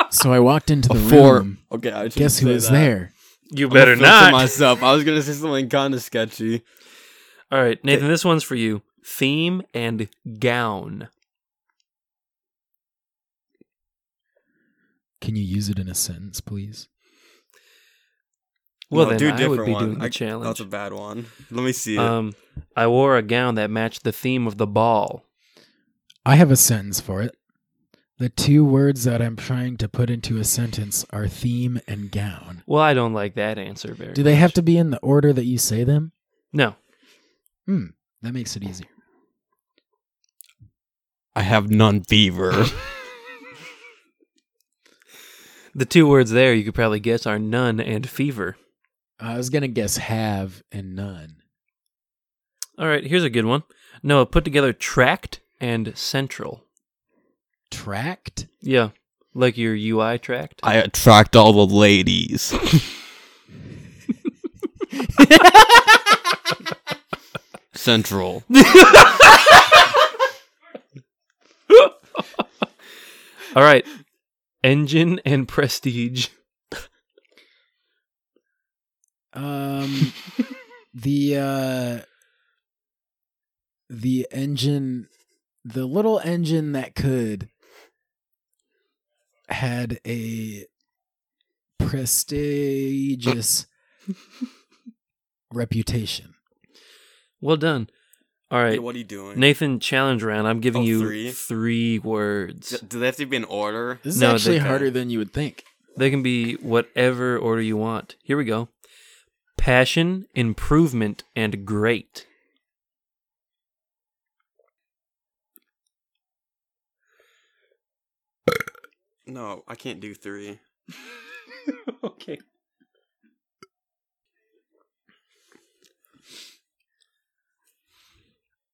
[SPEAKER 1] so I walked into the
[SPEAKER 4] For
[SPEAKER 1] room.
[SPEAKER 4] okay, I shouldn't
[SPEAKER 1] Guess who
[SPEAKER 4] say
[SPEAKER 1] was
[SPEAKER 4] that.
[SPEAKER 1] there?
[SPEAKER 2] You
[SPEAKER 4] I'm gonna
[SPEAKER 2] better
[SPEAKER 4] filter
[SPEAKER 2] not.
[SPEAKER 4] myself. I was gonna say something kind of sketchy.
[SPEAKER 2] All right, Nathan. This one's for you. Theme and gown.
[SPEAKER 1] Can you use it in a sentence, please?
[SPEAKER 2] Well,
[SPEAKER 4] No,
[SPEAKER 2] then
[SPEAKER 4] do a
[SPEAKER 2] I
[SPEAKER 4] different
[SPEAKER 2] would be
[SPEAKER 4] one.
[SPEAKER 2] doing the
[SPEAKER 4] I-
[SPEAKER 2] challenge.
[SPEAKER 4] That's a bad one. Let me see it.
[SPEAKER 1] Uh,
[SPEAKER 2] Um, I wore a gown that matched the theme of the ball.
[SPEAKER 1] I have a sentence for it. The two words that I'm trying to put into a sentence are theme and gown.
[SPEAKER 2] Well, I don't like that answer very.
[SPEAKER 1] Do they have to be in the order that you say them?
[SPEAKER 2] No.
[SPEAKER 1] That makes it easier.
[SPEAKER 4] I have none fever.
[SPEAKER 2] The two words there you could probably guess are none and fever.
[SPEAKER 1] I was gonna guess have and none.
[SPEAKER 2] All right, here's a good one. Noah, put together tract and central.
[SPEAKER 1] Tract.
[SPEAKER 2] Yeah, like your UI tract.
[SPEAKER 4] I attract all the ladies. Central.
[SPEAKER 2] All right, engine and prestige.
[SPEAKER 1] Um, the uh, the engine, the little engine that could, had a prestigious reputation.
[SPEAKER 2] Well done. All right,
[SPEAKER 4] Dude, what are you doing?
[SPEAKER 2] Nathan, challenge round. I'm giving
[SPEAKER 4] Oh,
[SPEAKER 2] you
[SPEAKER 4] three?
[SPEAKER 2] three words.
[SPEAKER 4] D- Do they have to be in order?
[SPEAKER 1] This is
[SPEAKER 2] No, they
[SPEAKER 1] actually
[SPEAKER 2] can't.
[SPEAKER 1] harder than you would think.
[SPEAKER 2] They can be whatever order you want. Here we go. Passion, improvement, and great.
[SPEAKER 4] No, I can't do three.
[SPEAKER 2] okay.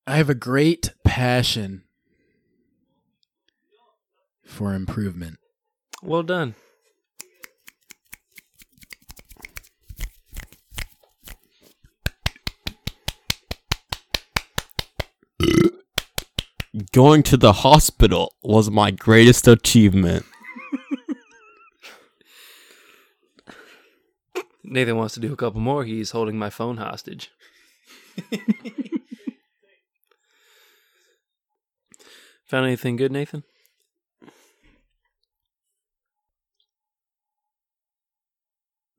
[SPEAKER 1] I have a great passion for improvement.
[SPEAKER 2] Well done.
[SPEAKER 4] Going to the hospital was my greatest achievement.
[SPEAKER 2] Nathan wants to do a couple more. He's holding my phone hostage. Found anything good, Nathan?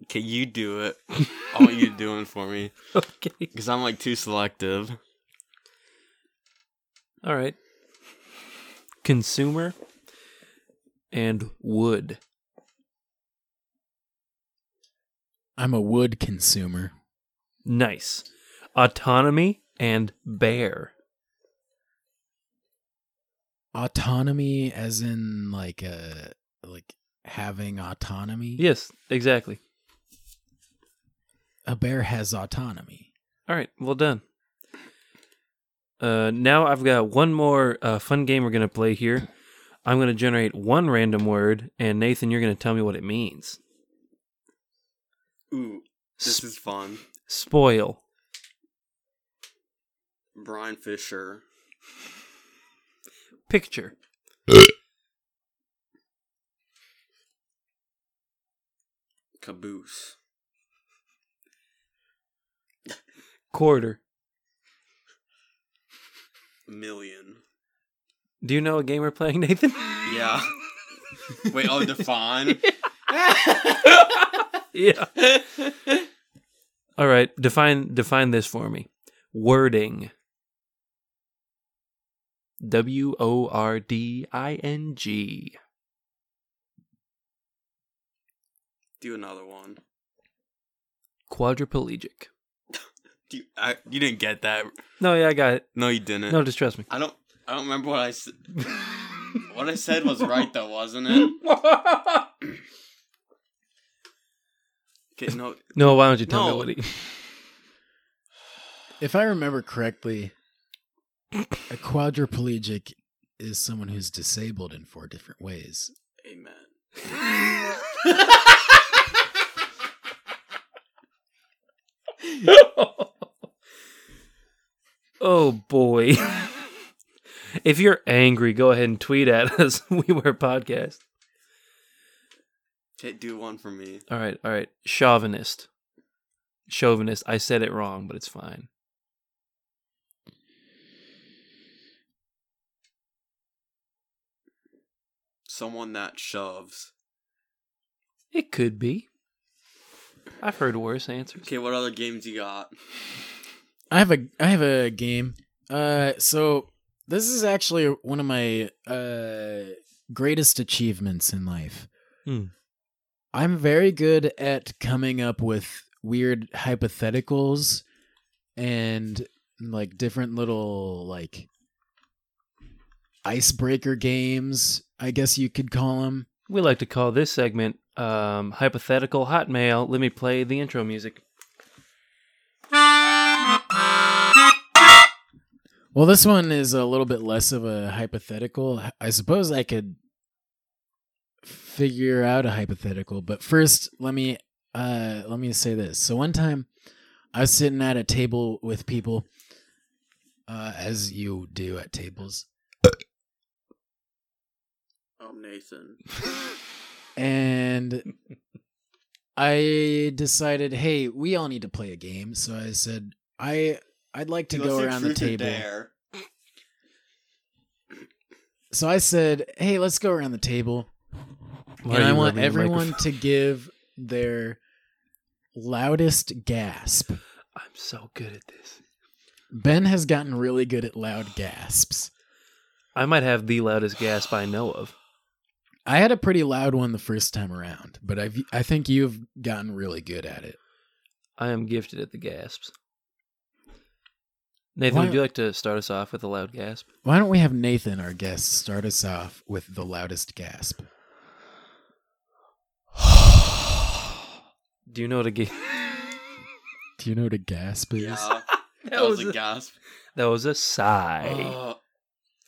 [SPEAKER 4] Can you do it? All you doing for me?
[SPEAKER 2] Okay.
[SPEAKER 4] Because I'm like too selective.
[SPEAKER 2] All right. Consumer and wood.
[SPEAKER 1] I'm a wood consumer.
[SPEAKER 2] Nice. Autonomy and bear.
[SPEAKER 1] Autonomy, as in like a like having autonomy.
[SPEAKER 2] Yes, exactly.
[SPEAKER 1] A bear has autonomy.
[SPEAKER 2] All right, well done. Uh, now I've got one more uh, fun game we're gonna play here. I'm gonna generate one random word, and Nathan, you're gonna tell me what it means.
[SPEAKER 5] Ooh, this
[SPEAKER 2] Sp-
[SPEAKER 5] is fun.
[SPEAKER 2] Spoil.
[SPEAKER 5] Brian Fisher.
[SPEAKER 2] Picture.
[SPEAKER 5] Caboose.
[SPEAKER 2] Quarter.
[SPEAKER 5] Million.
[SPEAKER 2] Do you know a game we're playing, Nathan?
[SPEAKER 5] Yeah.
[SPEAKER 4] Wait, oh, define.
[SPEAKER 2] yeah. All right. Define define this for me. Wording. W O R D I N G.
[SPEAKER 5] Do another one.
[SPEAKER 2] Quadriplegic.
[SPEAKER 4] you, I, you didn't get that.
[SPEAKER 2] No, yeah, I got it.
[SPEAKER 4] No, you didn't.
[SPEAKER 2] No, just trust me.
[SPEAKER 4] I don't. I don't remember what I said. what I said was right though, wasn't it? Okay, no.
[SPEAKER 2] No, why don't you tell
[SPEAKER 4] No.
[SPEAKER 2] me what he?
[SPEAKER 1] If I remember correctly, a quadriplegic is someone who's disabled in four different ways.
[SPEAKER 5] Amen.
[SPEAKER 2] oh boy. if you're angry, go ahead and tweet at us. we were podcast.
[SPEAKER 5] Okay, do one for me.
[SPEAKER 2] All right, all right. Chauvinist. Chauvinist. I said it wrong, but it's fine.
[SPEAKER 5] Someone that shoves.
[SPEAKER 2] It could be. I've heard worse answers.
[SPEAKER 5] Okay, what other games you got?
[SPEAKER 1] I have a I have a game. Uh, so this is actually one of my uh greatest achievements in life.
[SPEAKER 2] Hmm.
[SPEAKER 1] I'm very good at coming up with weird hypotheticals and like different little like icebreaker games, I guess you could call them.
[SPEAKER 2] We like to call this segment um, hypothetical hotmail. Let me play the intro music.
[SPEAKER 1] Well, this one is a little bit less of a hypothetical. I suppose I could figure out a hypothetical, but first let me uh let me say this. So one time I was sitting at a table with people uh as you do at tables.
[SPEAKER 5] Oh, Nathan.
[SPEAKER 1] And I decided, "Hey, we all need to play a game." So I said, "I I'd like to
[SPEAKER 5] Let's
[SPEAKER 1] go
[SPEAKER 5] do
[SPEAKER 1] around the
[SPEAKER 5] truth or
[SPEAKER 1] table."
[SPEAKER 5] dare.
[SPEAKER 1] So I said, "Hey, let's go around the table."
[SPEAKER 2] Why
[SPEAKER 1] and
[SPEAKER 2] are
[SPEAKER 1] I
[SPEAKER 2] you
[SPEAKER 1] want
[SPEAKER 2] rubbing the
[SPEAKER 1] everyone
[SPEAKER 2] microphone?
[SPEAKER 1] to give their loudest gasp.
[SPEAKER 2] I'm so good at this.
[SPEAKER 1] Ben has gotten really good at loud gasps.
[SPEAKER 2] I might have the loudest gasp I know of.
[SPEAKER 1] I had a pretty loud one the first time around, but I I think you've gotten really good at it.
[SPEAKER 2] I am gifted at the gasps. Nathan,
[SPEAKER 1] Why-
[SPEAKER 2] would you like to start us off with a loud gasp?
[SPEAKER 1] Why don't we have Nathan, our guest, start us off with the loudest gasp?
[SPEAKER 2] Do you know what a gasp?
[SPEAKER 1] Do you know what a gasp is?
[SPEAKER 5] Yeah,
[SPEAKER 2] That,
[SPEAKER 5] that was a gasp.
[SPEAKER 2] that was a sigh.
[SPEAKER 5] Oh,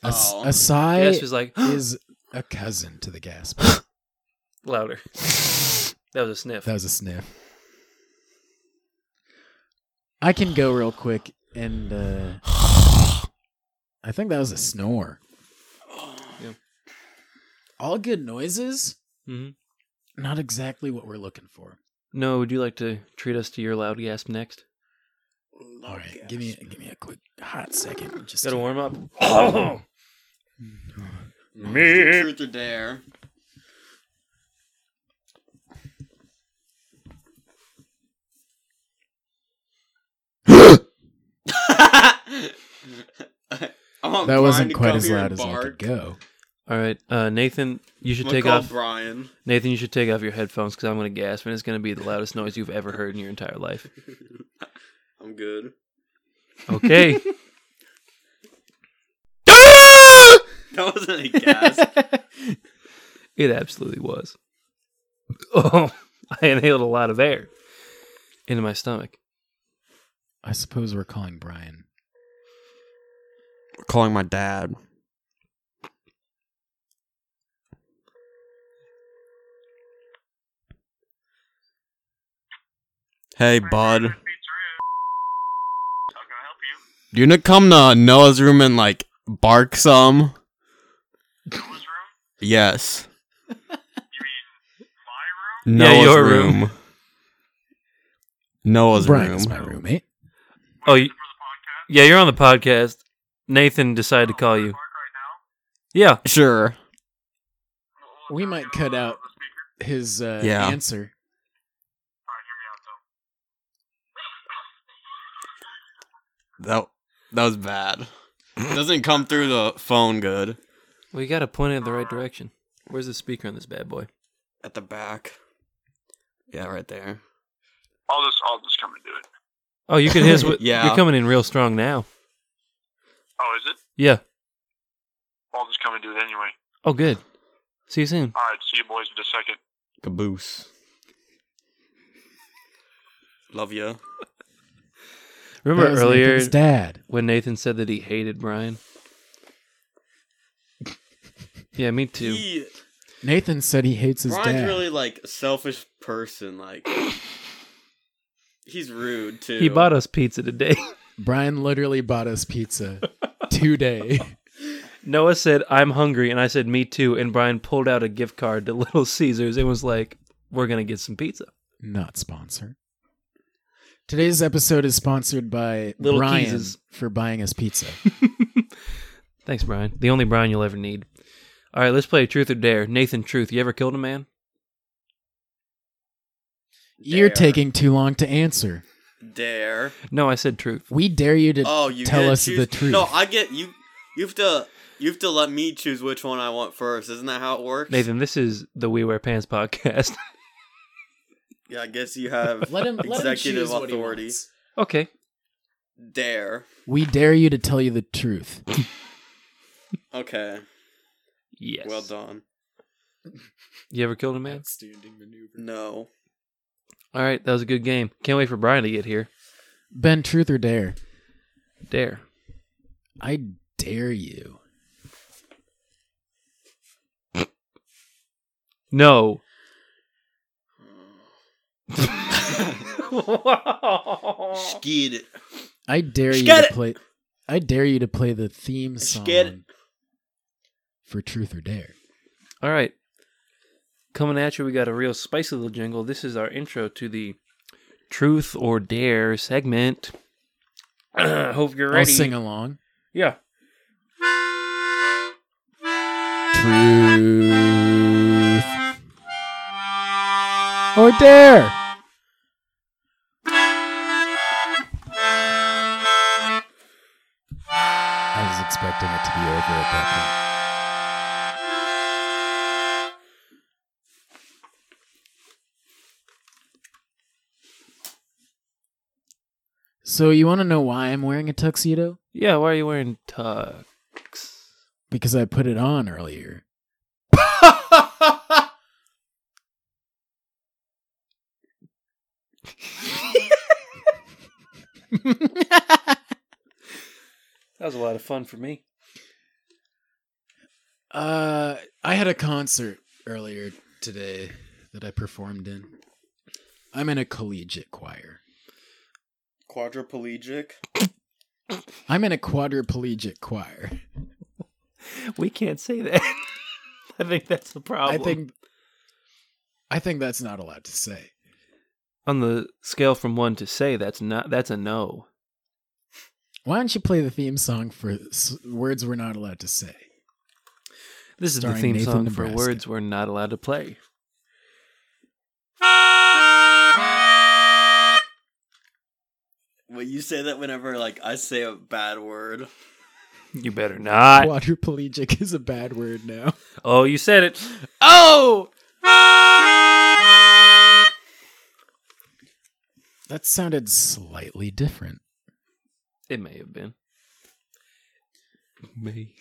[SPEAKER 1] A, s-
[SPEAKER 5] Oh.
[SPEAKER 1] a sigh
[SPEAKER 2] gasp is like
[SPEAKER 1] is a cousin to the gasp.
[SPEAKER 2] louder. That was a sniff.
[SPEAKER 1] That was a sniff. I can go real quick and uh I think that was a snore.
[SPEAKER 2] Yeah.
[SPEAKER 1] All good noises,
[SPEAKER 2] hmm
[SPEAKER 5] Mm-hmm.
[SPEAKER 1] not exactly what we're looking for.
[SPEAKER 2] No, would you like to treat us to your loud gasp next?
[SPEAKER 1] All right,
[SPEAKER 5] Oh,
[SPEAKER 1] give me give me a quick hot second. Just
[SPEAKER 2] Got to warm up.
[SPEAKER 5] truth or dare.
[SPEAKER 1] that wasn't
[SPEAKER 5] Brian to
[SPEAKER 1] quite
[SPEAKER 5] come
[SPEAKER 1] as
[SPEAKER 5] here
[SPEAKER 1] loud
[SPEAKER 5] and
[SPEAKER 1] as I could
[SPEAKER 5] bark.
[SPEAKER 1] go.
[SPEAKER 2] All right, uh, Nathan, you should
[SPEAKER 5] I'm
[SPEAKER 2] take
[SPEAKER 5] gonna call
[SPEAKER 2] off.
[SPEAKER 5] Brian.
[SPEAKER 2] Nathan, you should take off your headphones because I'm going to gasp, and it's going to be the loudest noise you've ever heard in your entire life.
[SPEAKER 5] I'm good.
[SPEAKER 2] Okay,
[SPEAKER 5] Ah! That wasn't a gas.
[SPEAKER 2] it absolutely was. Oh, I inhaled a lot of air into my stomach.
[SPEAKER 1] I suppose we're calling Brian.
[SPEAKER 4] calling my dad. Hey, bud. You gonna come to Noah's room and like bark some?
[SPEAKER 6] Noah's room?
[SPEAKER 4] Yes.
[SPEAKER 6] You mean my room?
[SPEAKER 4] Noah's
[SPEAKER 2] your room.
[SPEAKER 4] Noah's
[SPEAKER 1] Brian
[SPEAKER 4] room.
[SPEAKER 1] is my roommate.
[SPEAKER 2] Oh, you,
[SPEAKER 6] For the podcast?
[SPEAKER 2] yeah, you're on the podcast. Nathan decided to call you.
[SPEAKER 6] Mark right now?
[SPEAKER 2] Yeah,
[SPEAKER 4] Sure.
[SPEAKER 6] Well,
[SPEAKER 1] We
[SPEAKER 6] can I
[SPEAKER 1] might
[SPEAKER 6] get
[SPEAKER 1] cut
[SPEAKER 6] a-
[SPEAKER 1] out
[SPEAKER 6] the speaker?
[SPEAKER 1] his uh,
[SPEAKER 4] Yeah.
[SPEAKER 1] answer.
[SPEAKER 6] Alright, hear me out, though.
[SPEAKER 4] That that was bad. Doesn't come through the phone good.
[SPEAKER 2] we got to point it in the right direction. Where's the speaker on this bad boy?
[SPEAKER 4] At the back. Yeah, right there.
[SPEAKER 6] I'll just, I'll just come and do it.
[SPEAKER 2] Oh, you can hit us. With,
[SPEAKER 4] Yeah.
[SPEAKER 2] You're coming in real strong now.
[SPEAKER 6] Oh, is it?
[SPEAKER 2] Yeah.
[SPEAKER 6] I'll just come and do it anyway.
[SPEAKER 2] Oh, good. See you soon.
[SPEAKER 6] Alright, see you boys in a second.
[SPEAKER 4] Caboose. Love ya.
[SPEAKER 2] Remember
[SPEAKER 1] That was
[SPEAKER 2] earlier
[SPEAKER 1] Nathan's dad.
[SPEAKER 2] when Nathan said that he hated Brian? yeah, me too.
[SPEAKER 5] He-
[SPEAKER 1] Nathan said he hates his
[SPEAKER 5] Brian's
[SPEAKER 1] dad.
[SPEAKER 5] really like a selfish person. Like he's rude too.
[SPEAKER 2] He bought us pizza today.
[SPEAKER 1] Brian literally bought us pizza today.
[SPEAKER 2] Noah said, I'm hungry. And I said, Me too. And Brian pulled out a gift card to Little Caesars and was like, We're going to get some pizza.
[SPEAKER 1] Not sponsored. Today's episode is sponsored by
[SPEAKER 2] Little
[SPEAKER 1] Brian
[SPEAKER 2] Keeses.
[SPEAKER 1] for buying us pizza.
[SPEAKER 2] Thanks, Brian. The only Brian you'll ever need. All right, let's play Truth or Dare. Nathan, Truth. You ever killed a man?
[SPEAKER 1] You're
[SPEAKER 5] Dare.
[SPEAKER 1] taking too long to answer.
[SPEAKER 5] dare.
[SPEAKER 2] No, I said Truth.
[SPEAKER 1] We dare you to
[SPEAKER 5] Oh, you
[SPEAKER 1] tell
[SPEAKER 5] get to
[SPEAKER 1] us
[SPEAKER 5] choose-
[SPEAKER 1] the truth.
[SPEAKER 5] No, I get you. You have to. You have to let me choose which one I want first. Isn't that how it works?
[SPEAKER 2] Nathan, this is the We Wear Pants podcast.
[SPEAKER 5] Yeah, I guess you have
[SPEAKER 1] let him let him
[SPEAKER 5] executive
[SPEAKER 1] choose what he
[SPEAKER 5] authority.
[SPEAKER 1] wants.
[SPEAKER 2] okay.
[SPEAKER 5] dare.
[SPEAKER 1] We dare you to tell you the truth.
[SPEAKER 5] Okay.
[SPEAKER 2] Yes.
[SPEAKER 5] Well done.
[SPEAKER 2] You ever killed a man?
[SPEAKER 5] No.
[SPEAKER 2] All right, that was a good game. Can't wait for Brian to get here.
[SPEAKER 1] Ben, truth or dare?
[SPEAKER 2] Dare.
[SPEAKER 1] I dare you.
[SPEAKER 2] No.
[SPEAKER 5] Skid it.
[SPEAKER 1] I dare you
[SPEAKER 5] Scat
[SPEAKER 1] to
[SPEAKER 5] it.
[SPEAKER 1] play. I dare you to play the theme song
[SPEAKER 5] Scat it.
[SPEAKER 1] for Truth or Dare.
[SPEAKER 2] All right. Coming at you, we got a real spicy little jingle. This is our intro to the Truth or Dare segment. Hope you're ready.
[SPEAKER 1] I'll sing along.
[SPEAKER 2] Yeah.
[SPEAKER 1] Truth or dare? I was expecting it to be over at that point. So you want to know why I'm wearing a tuxedo?
[SPEAKER 2] Yeah, why are you wearing tux?
[SPEAKER 1] Because I put it on earlier.
[SPEAKER 2] That was a lot of fun for me.
[SPEAKER 1] Uh, I had a concert earlier today that I performed in. I'm in a collegiate choir.
[SPEAKER 5] Quadriplegic.
[SPEAKER 1] I'm in a quadriplegic choir.
[SPEAKER 2] We can't say that. I think that's the
[SPEAKER 1] I
[SPEAKER 2] problem.
[SPEAKER 1] think I think that's not allowed to say.
[SPEAKER 2] on the scale from one to say, that's not that's a no.
[SPEAKER 1] Why don't you play the theme song for s- words we're not allowed to say?
[SPEAKER 2] This is the
[SPEAKER 1] Starring
[SPEAKER 2] theme
[SPEAKER 1] Nathan
[SPEAKER 2] song for
[SPEAKER 1] Nebraska.
[SPEAKER 2] words we're not allowed to play.
[SPEAKER 5] Well, you say that whenever like I say a bad word.
[SPEAKER 2] You better not.
[SPEAKER 1] Quadriplegic is a bad word now.
[SPEAKER 2] Oh, you said it.
[SPEAKER 7] Oh!
[SPEAKER 1] That sounded slightly different.
[SPEAKER 2] It may have been. May.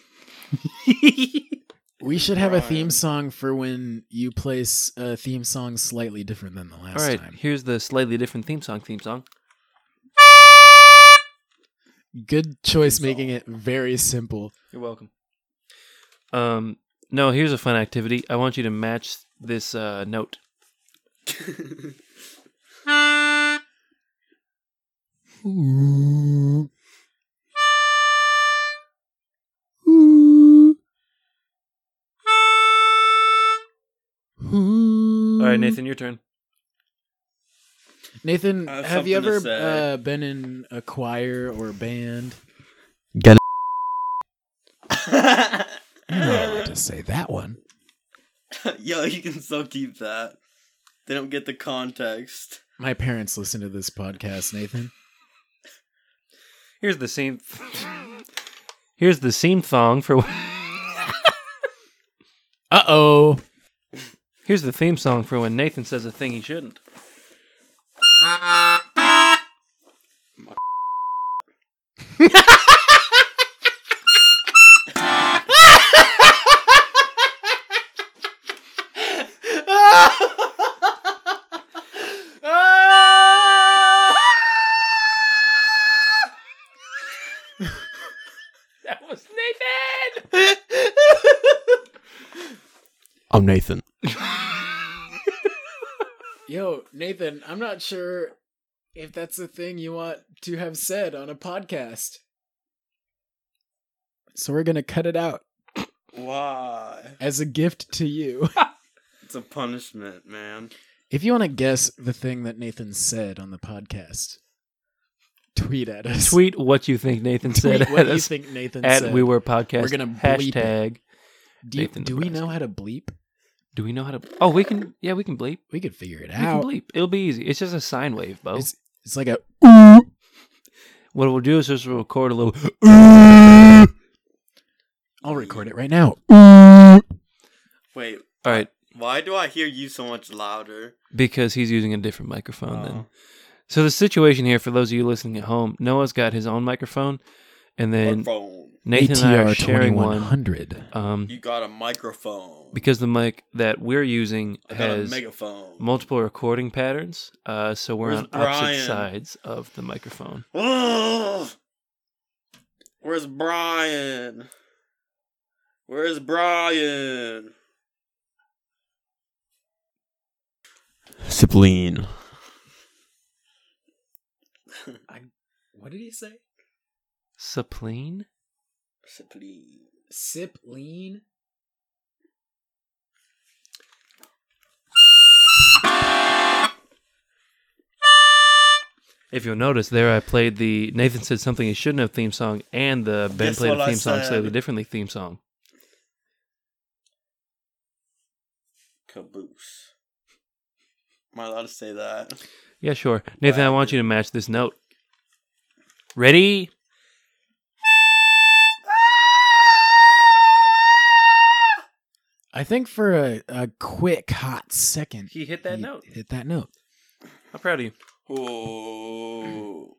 [SPEAKER 1] We should have a
[SPEAKER 4] Brian.
[SPEAKER 1] theme song for when you place a theme song slightly different than the last
[SPEAKER 2] All right,
[SPEAKER 1] time.
[SPEAKER 2] here's the slightly different theme song. Theme song.
[SPEAKER 1] Good choice making it very simple.
[SPEAKER 2] You're welcome. Um, no, here's a fun activity. I want you to match this uh, note. All
[SPEAKER 1] Mm.
[SPEAKER 2] right, Nathan, your turn.
[SPEAKER 1] Nathan,
[SPEAKER 4] I have
[SPEAKER 1] have, you
[SPEAKER 4] something to
[SPEAKER 1] ever
[SPEAKER 4] say.
[SPEAKER 1] uh, been in a choir or band? You're not allowed to say that one.
[SPEAKER 4] Yo, you can still keep that. They don't get the context.
[SPEAKER 1] My parents listen to this podcast, Nathan.
[SPEAKER 2] Here's the scene. here's the scene song for.
[SPEAKER 1] Uh oh.
[SPEAKER 2] Here's the theme song for when Nathan says a thing he shouldn't. That was Nathan.
[SPEAKER 8] I'm Nathan.
[SPEAKER 1] Yo, Nathan, I'm not sure if that's a thing you want to have said on a podcast. So we're going to cut it out
[SPEAKER 4] Why?
[SPEAKER 1] as a gift to you.
[SPEAKER 4] It's a punishment, man.
[SPEAKER 1] If you want to guess the thing that Nathan said on the podcast, tweet at us.
[SPEAKER 2] Tweet what you think Nathan
[SPEAKER 1] Tweet
[SPEAKER 2] said
[SPEAKER 1] what
[SPEAKER 2] at
[SPEAKER 1] you
[SPEAKER 2] us
[SPEAKER 1] think Nathan
[SPEAKER 2] at
[SPEAKER 1] said.
[SPEAKER 2] We Were Podcast.
[SPEAKER 1] We're gonna bleep it.
[SPEAKER 2] hashtag.
[SPEAKER 1] do, you-
[SPEAKER 2] Nathan
[SPEAKER 1] do we
[SPEAKER 2] Nebraska.
[SPEAKER 1] know how to bleep?
[SPEAKER 2] Do we know how to? Oh, we can. Yeah, we can bleep.
[SPEAKER 1] We could figure it
[SPEAKER 2] We can
[SPEAKER 1] out.
[SPEAKER 2] bleep. It'll be easy. It's just a sine wave, Bo.
[SPEAKER 1] It's, it's like a
[SPEAKER 2] What we'll do is just record a little.
[SPEAKER 1] I'll record it right now.
[SPEAKER 4] Wait,
[SPEAKER 2] All right,
[SPEAKER 4] why do I hear you so much louder?
[SPEAKER 2] because he's using a different microphone
[SPEAKER 4] Oh.
[SPEAKER 2] then. So the situation here for those of you listening at home, Noah's got his own microphone, and then
[SPEAKER 4] Microphone.
[SPEAKER 2] Nathan and I are sharing one.
[SPEAKER 1] 2100.
[SPEAKER 2] Um,
[SPEAKER 4] You got a microphone.
[SPEAKER 2] because the mic that we're using
[SPEAKER 4] I got a
[SPEAKER 2] has
[SPEAKER 4] megaphone.
[SPEAKER 2] multiple recording patterns, uh, so we're
[SPEAKER 4] Where's
[SPEAKER 2] on
[SPEAKER 4] Brian?
[SPEAKER 2] opposite sides of the microphone.
[SPEAKER 4] Ugh. Where's Brian? Where's Brian?
[SPEAKER 8] Sibling.
[SPEAKER 1] What did he say?
[SPEAKER 2] Sapline?
[SPEAKER 4] Simply.
[SPEAKER 1] Sip lean.
[SPEAKER 2] If you'll notice, there I played the Nathan said something he shouldn't have theme song, and the Ben
[SPEAKER 4] Guess
[SPEAKER 2] played
[SPEAKER 4] what
[SPEAKER 2] a
[SPEAKER 4] I
[SPEAKER 2] theme song
[SPEAKER 4] said.
[SPEAKER 2] slightly differently theme song.
[SPEAKER 4] Caboose. Am I allowed to say that?
[SPEAKER 2] Yeah, sure, Nathan. I
[SPEAKER 4] Wow.
[SPEAKER 2] want you to match this note. Ready?
[SPEAKER 1] I think for a, a quick hot second,
[SPEAKER 2] He hit that
[SPEAKER 1] he
[SPEAKER 2] note.
[SPEAKER 1] Hit that note.
[SPEAKER 2] I'm proud of you.
[SPEAKER 4] Oh.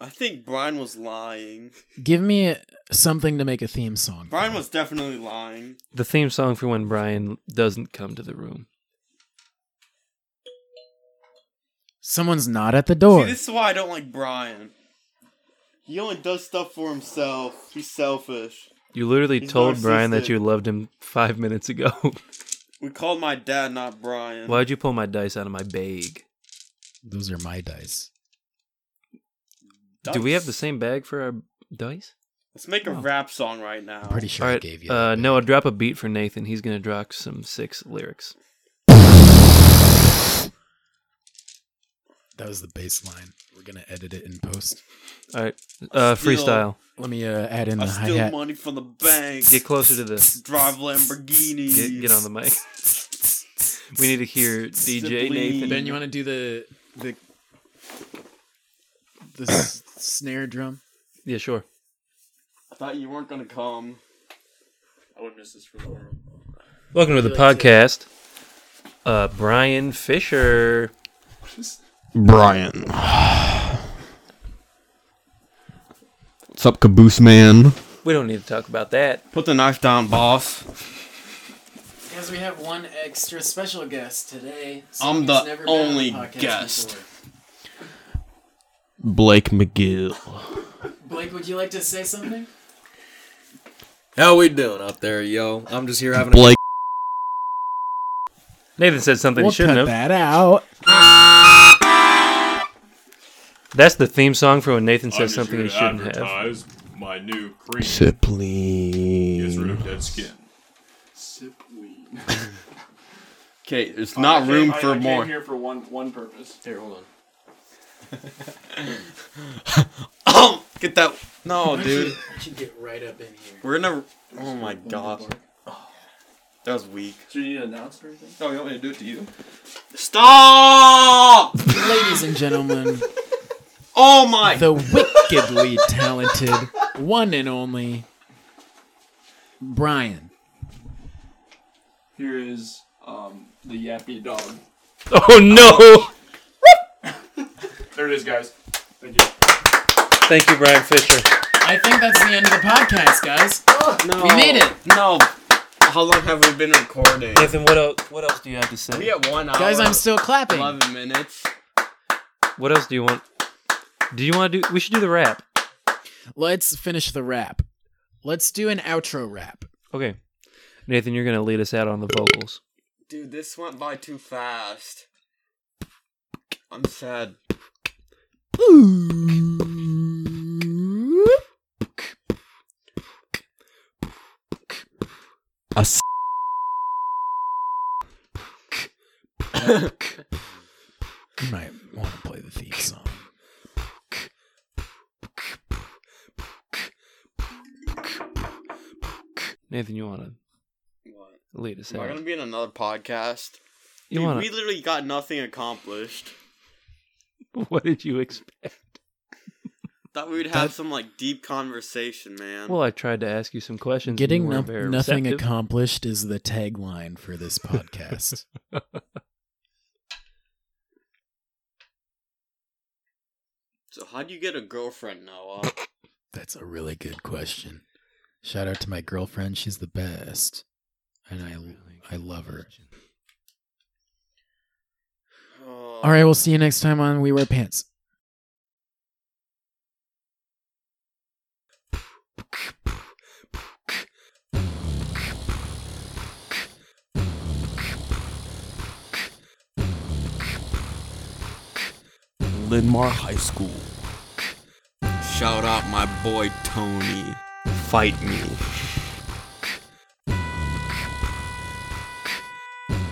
[SPEAKER 4] I think Brian was lying.
[SPEAKER 1] Give me a- something to make a theme song.
[SPEAKER 4] Brian was definitely lying.
[SPEAKER 2] The theme song for when Brian doesn't come to the room.
[SPEAKER 1] Someone's not at the
[SPEAKER 4] See,
[SPEAKER 1] door.
[SPEAKER 4] this is why I don't like Brian. He only does stuff for himself. He's selfish.
[SPEAKER 2] You literally
[SPEAKER 4] He's
[SPEAKER 2] told Brian that
[SPEAKER 4] narcissistic.
[SPEAKER 2] you loved him five minutes ago.
[SPEAKER 4] We called my dad, not Brian.
[SPEAKER 2] Why'd you pull my dice out of my bag?
[SPEAKER 1] Those are my dice.
[SPEAKER 2] Do we have the
[SPEAKER 4] Dice.
[SPEAKER 2] same bag for our dice?
[SPEAKER 4] Let's make a
[SPEAKER 2] Oh.
[SPEAKER 4] rap song right now.
[SPEAKER 1] I'm pretty sure
[SPEAKER 2] All
[SPEAKER 1] I
[SPEAKER 2] right.
[SPEAKER 1] gave you.
[SPEAKER 2] Uh,
[SPEAKER 1] that.
[SPEAKER 2] Noah, drop a beat for Nathan. He's gonna drop some six lyrics.
[SPEAKER 1] that was the bass line. We're gonna edit it in post.
[SPEAKER 2] All right, uh,
[SPEAKER 4] Steal.
[SPEAKER 2] freestyle.
[SPEAKER 1] Let me uh, add in
[SPEAKER 4] I
[SPEAKER 1] the hi
[SPEAKER 4] steal
[SPEAKER 1] hat.
[SPEAKER 4] money from the bank.
[SPEAKER 2] Get closer to the
[SPEAKER 4] drive Lamborghinis.
[SPEAKER 2] Get, get on the mic. We need to hear DJ
[SPEAKER 4] Simply-
[SPEAKER 2] Nathan.
[SPEAKER 1] Ben, you want to do the the the s- snare drum?
[SPEAKER 2] Yeah, sure.
[SPEAKER 4] I thought you weren't gonna come.
[SPEAKER 5] I would miss this for the world.
[SPEAKER 2] Welcome to the podcast. Uh, Brian Fisher.
[SPEAKER 4] Brian. What's up, Caboose Man?
[SPEAKER 2] We don't need to talk about that.
[SPEAKER 4] Put the knife down, boss.
[SPEAKER 1] Because we have one extra special guest today.
[SPEAKER 4] I'm the
[SPEAKER 1] who's never been on the
[SPEAKER 4] only
[SPEAKER 1] podcast
[SPEAKER 4] guest.
[SPEAKER 1] before.
[SPEAKER 4] Blake McGill.
[SPEAKER 1] Blake, would you like to say something?
[SPEAKER 9] How we doing up there, yo? I'm just here having
[SPEAKER 4] Blake.
[SPEAKER 2] Nathan said something
[SPEAKER 1] we'll
[SPEAKER 2] he shouldn't have.
[SPEAKER 1] cut that out.
[SPEAKER 2] That's the theme song for when Nathan says something he shouldn't have.
[SPEAKER 10] advertise my new cream. Gets rid
[SPEAKER 4] Sipley.
[SPEAKER 10] of dead skin.
[SPEAKER 4] Okay, there's not room
[SPEAKER 10] I-
[SPEAKER 4] for
[SPEAKER 10] I came
[SPEAKER 4] more.
[SPEAKER 10] here for one one purpose.
[SPEAKER 9] a. Here, hold on.
[SPEAKER 4] Oh, get that. No, dude.
[SPEAKER 1] I should get right up in here.
[SPEAKER 4] We're gonna. Oh my god. That was weak.
[SPEAKER 10] Do you need to announce or anything?
[SPEAKER 4] No, Oh, you want me to do it to you? Stop!
[SPEAKER 1] Ladies and gentlemen,
[SPEAKER 4] Oh my.
[SPEAKER 1] the wickedly talented one and only Brian.
[SPEAKER 10] Here is um, the yappy dog.
[SPEAKER 2] Oh no!
[SPEAKER 10] There it is, guys. Thank you.
[SPEAKER 2] Thank you, Brian Fisher.
[SPEAKER 1] I think that's the end of the podcast, guys.
[SPEAKER 4] no.
[SPEAKER 1] We made it.
[SPEAKER 4] No. How long have we been recording?
[SPEAKER 2] Nathan, what else? What else do you have to
[SPEAKER 4] We
[SPEAKER 2] say?
[SPEAKER 4] at one hour.
[SPEAKER 1] Guys, I'm still clapping.
[SPEAKER 4] Eleven minutes.
[SPEAKER 2] What else do you want? Do you want to do? We should do the rap.
[SPEAKER 1] Let's finish the rap. Let's do an outro rap.
[SPEAKER 2] Okay, Nathan, you're gonna lead us out on the vocals.
[SPEAKER 4] Dude, this went by too fast. I'm sad. A s-
[SPEAKER 1] You might want to play the theme song.
[SPEAKER 2] Nathan, you want to lead us
[SPEAKER 4] Am I gonna
[SPEAKER 2] out?
[SPEAKER 4] be in another podcast?
[SPEAKER 2] You
[SPEAKER 4] Dude,
[SPEAKER 2] want
[SPEAKER 4] we literally got nothing accomplished.
[SPEAKER 2] to? What did you expect?
[SPEAKER 4] Thought we would have some like deep conversation, man.
[SPEAKER 2] Well, I tried to ask you some questions. and you
[SPEAKER 1] Getting
[SPEAKER 2] weren't
[SPEAKER 1] no-
[SPEAKER 2] very
[SPEAKER 1] nothing
[SPEAKER 2] receptive.
[SPEAKER 1] accomplished is the tagline for this podcast.
[SPEAKER 4] so how do you get a girlfriend, Noah?
[SPEAKER 1] That's a really good question. Shout out to my girlfriend. She's the best. And I, I love her.
[SPEAKER 4] Oh.
[SPEAKER 1] All right, we'll see you next time on We Wear Pants.
[SPEAKER 4] Linmar High School. Shout out my boy Tony. Fight me.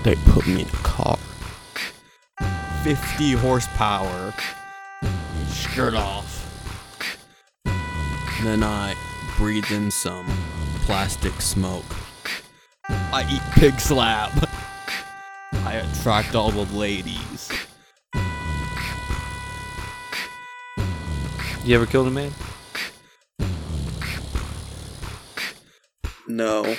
[SPEAKER 4] They put me in a car. 50 horsepower. Skirt off. Then I breathe in some plastic smoke. I eat pig slab. I attract all the ladies.
[SPEAKER 2] You ever killed a man?
[SPEAKER 4] No.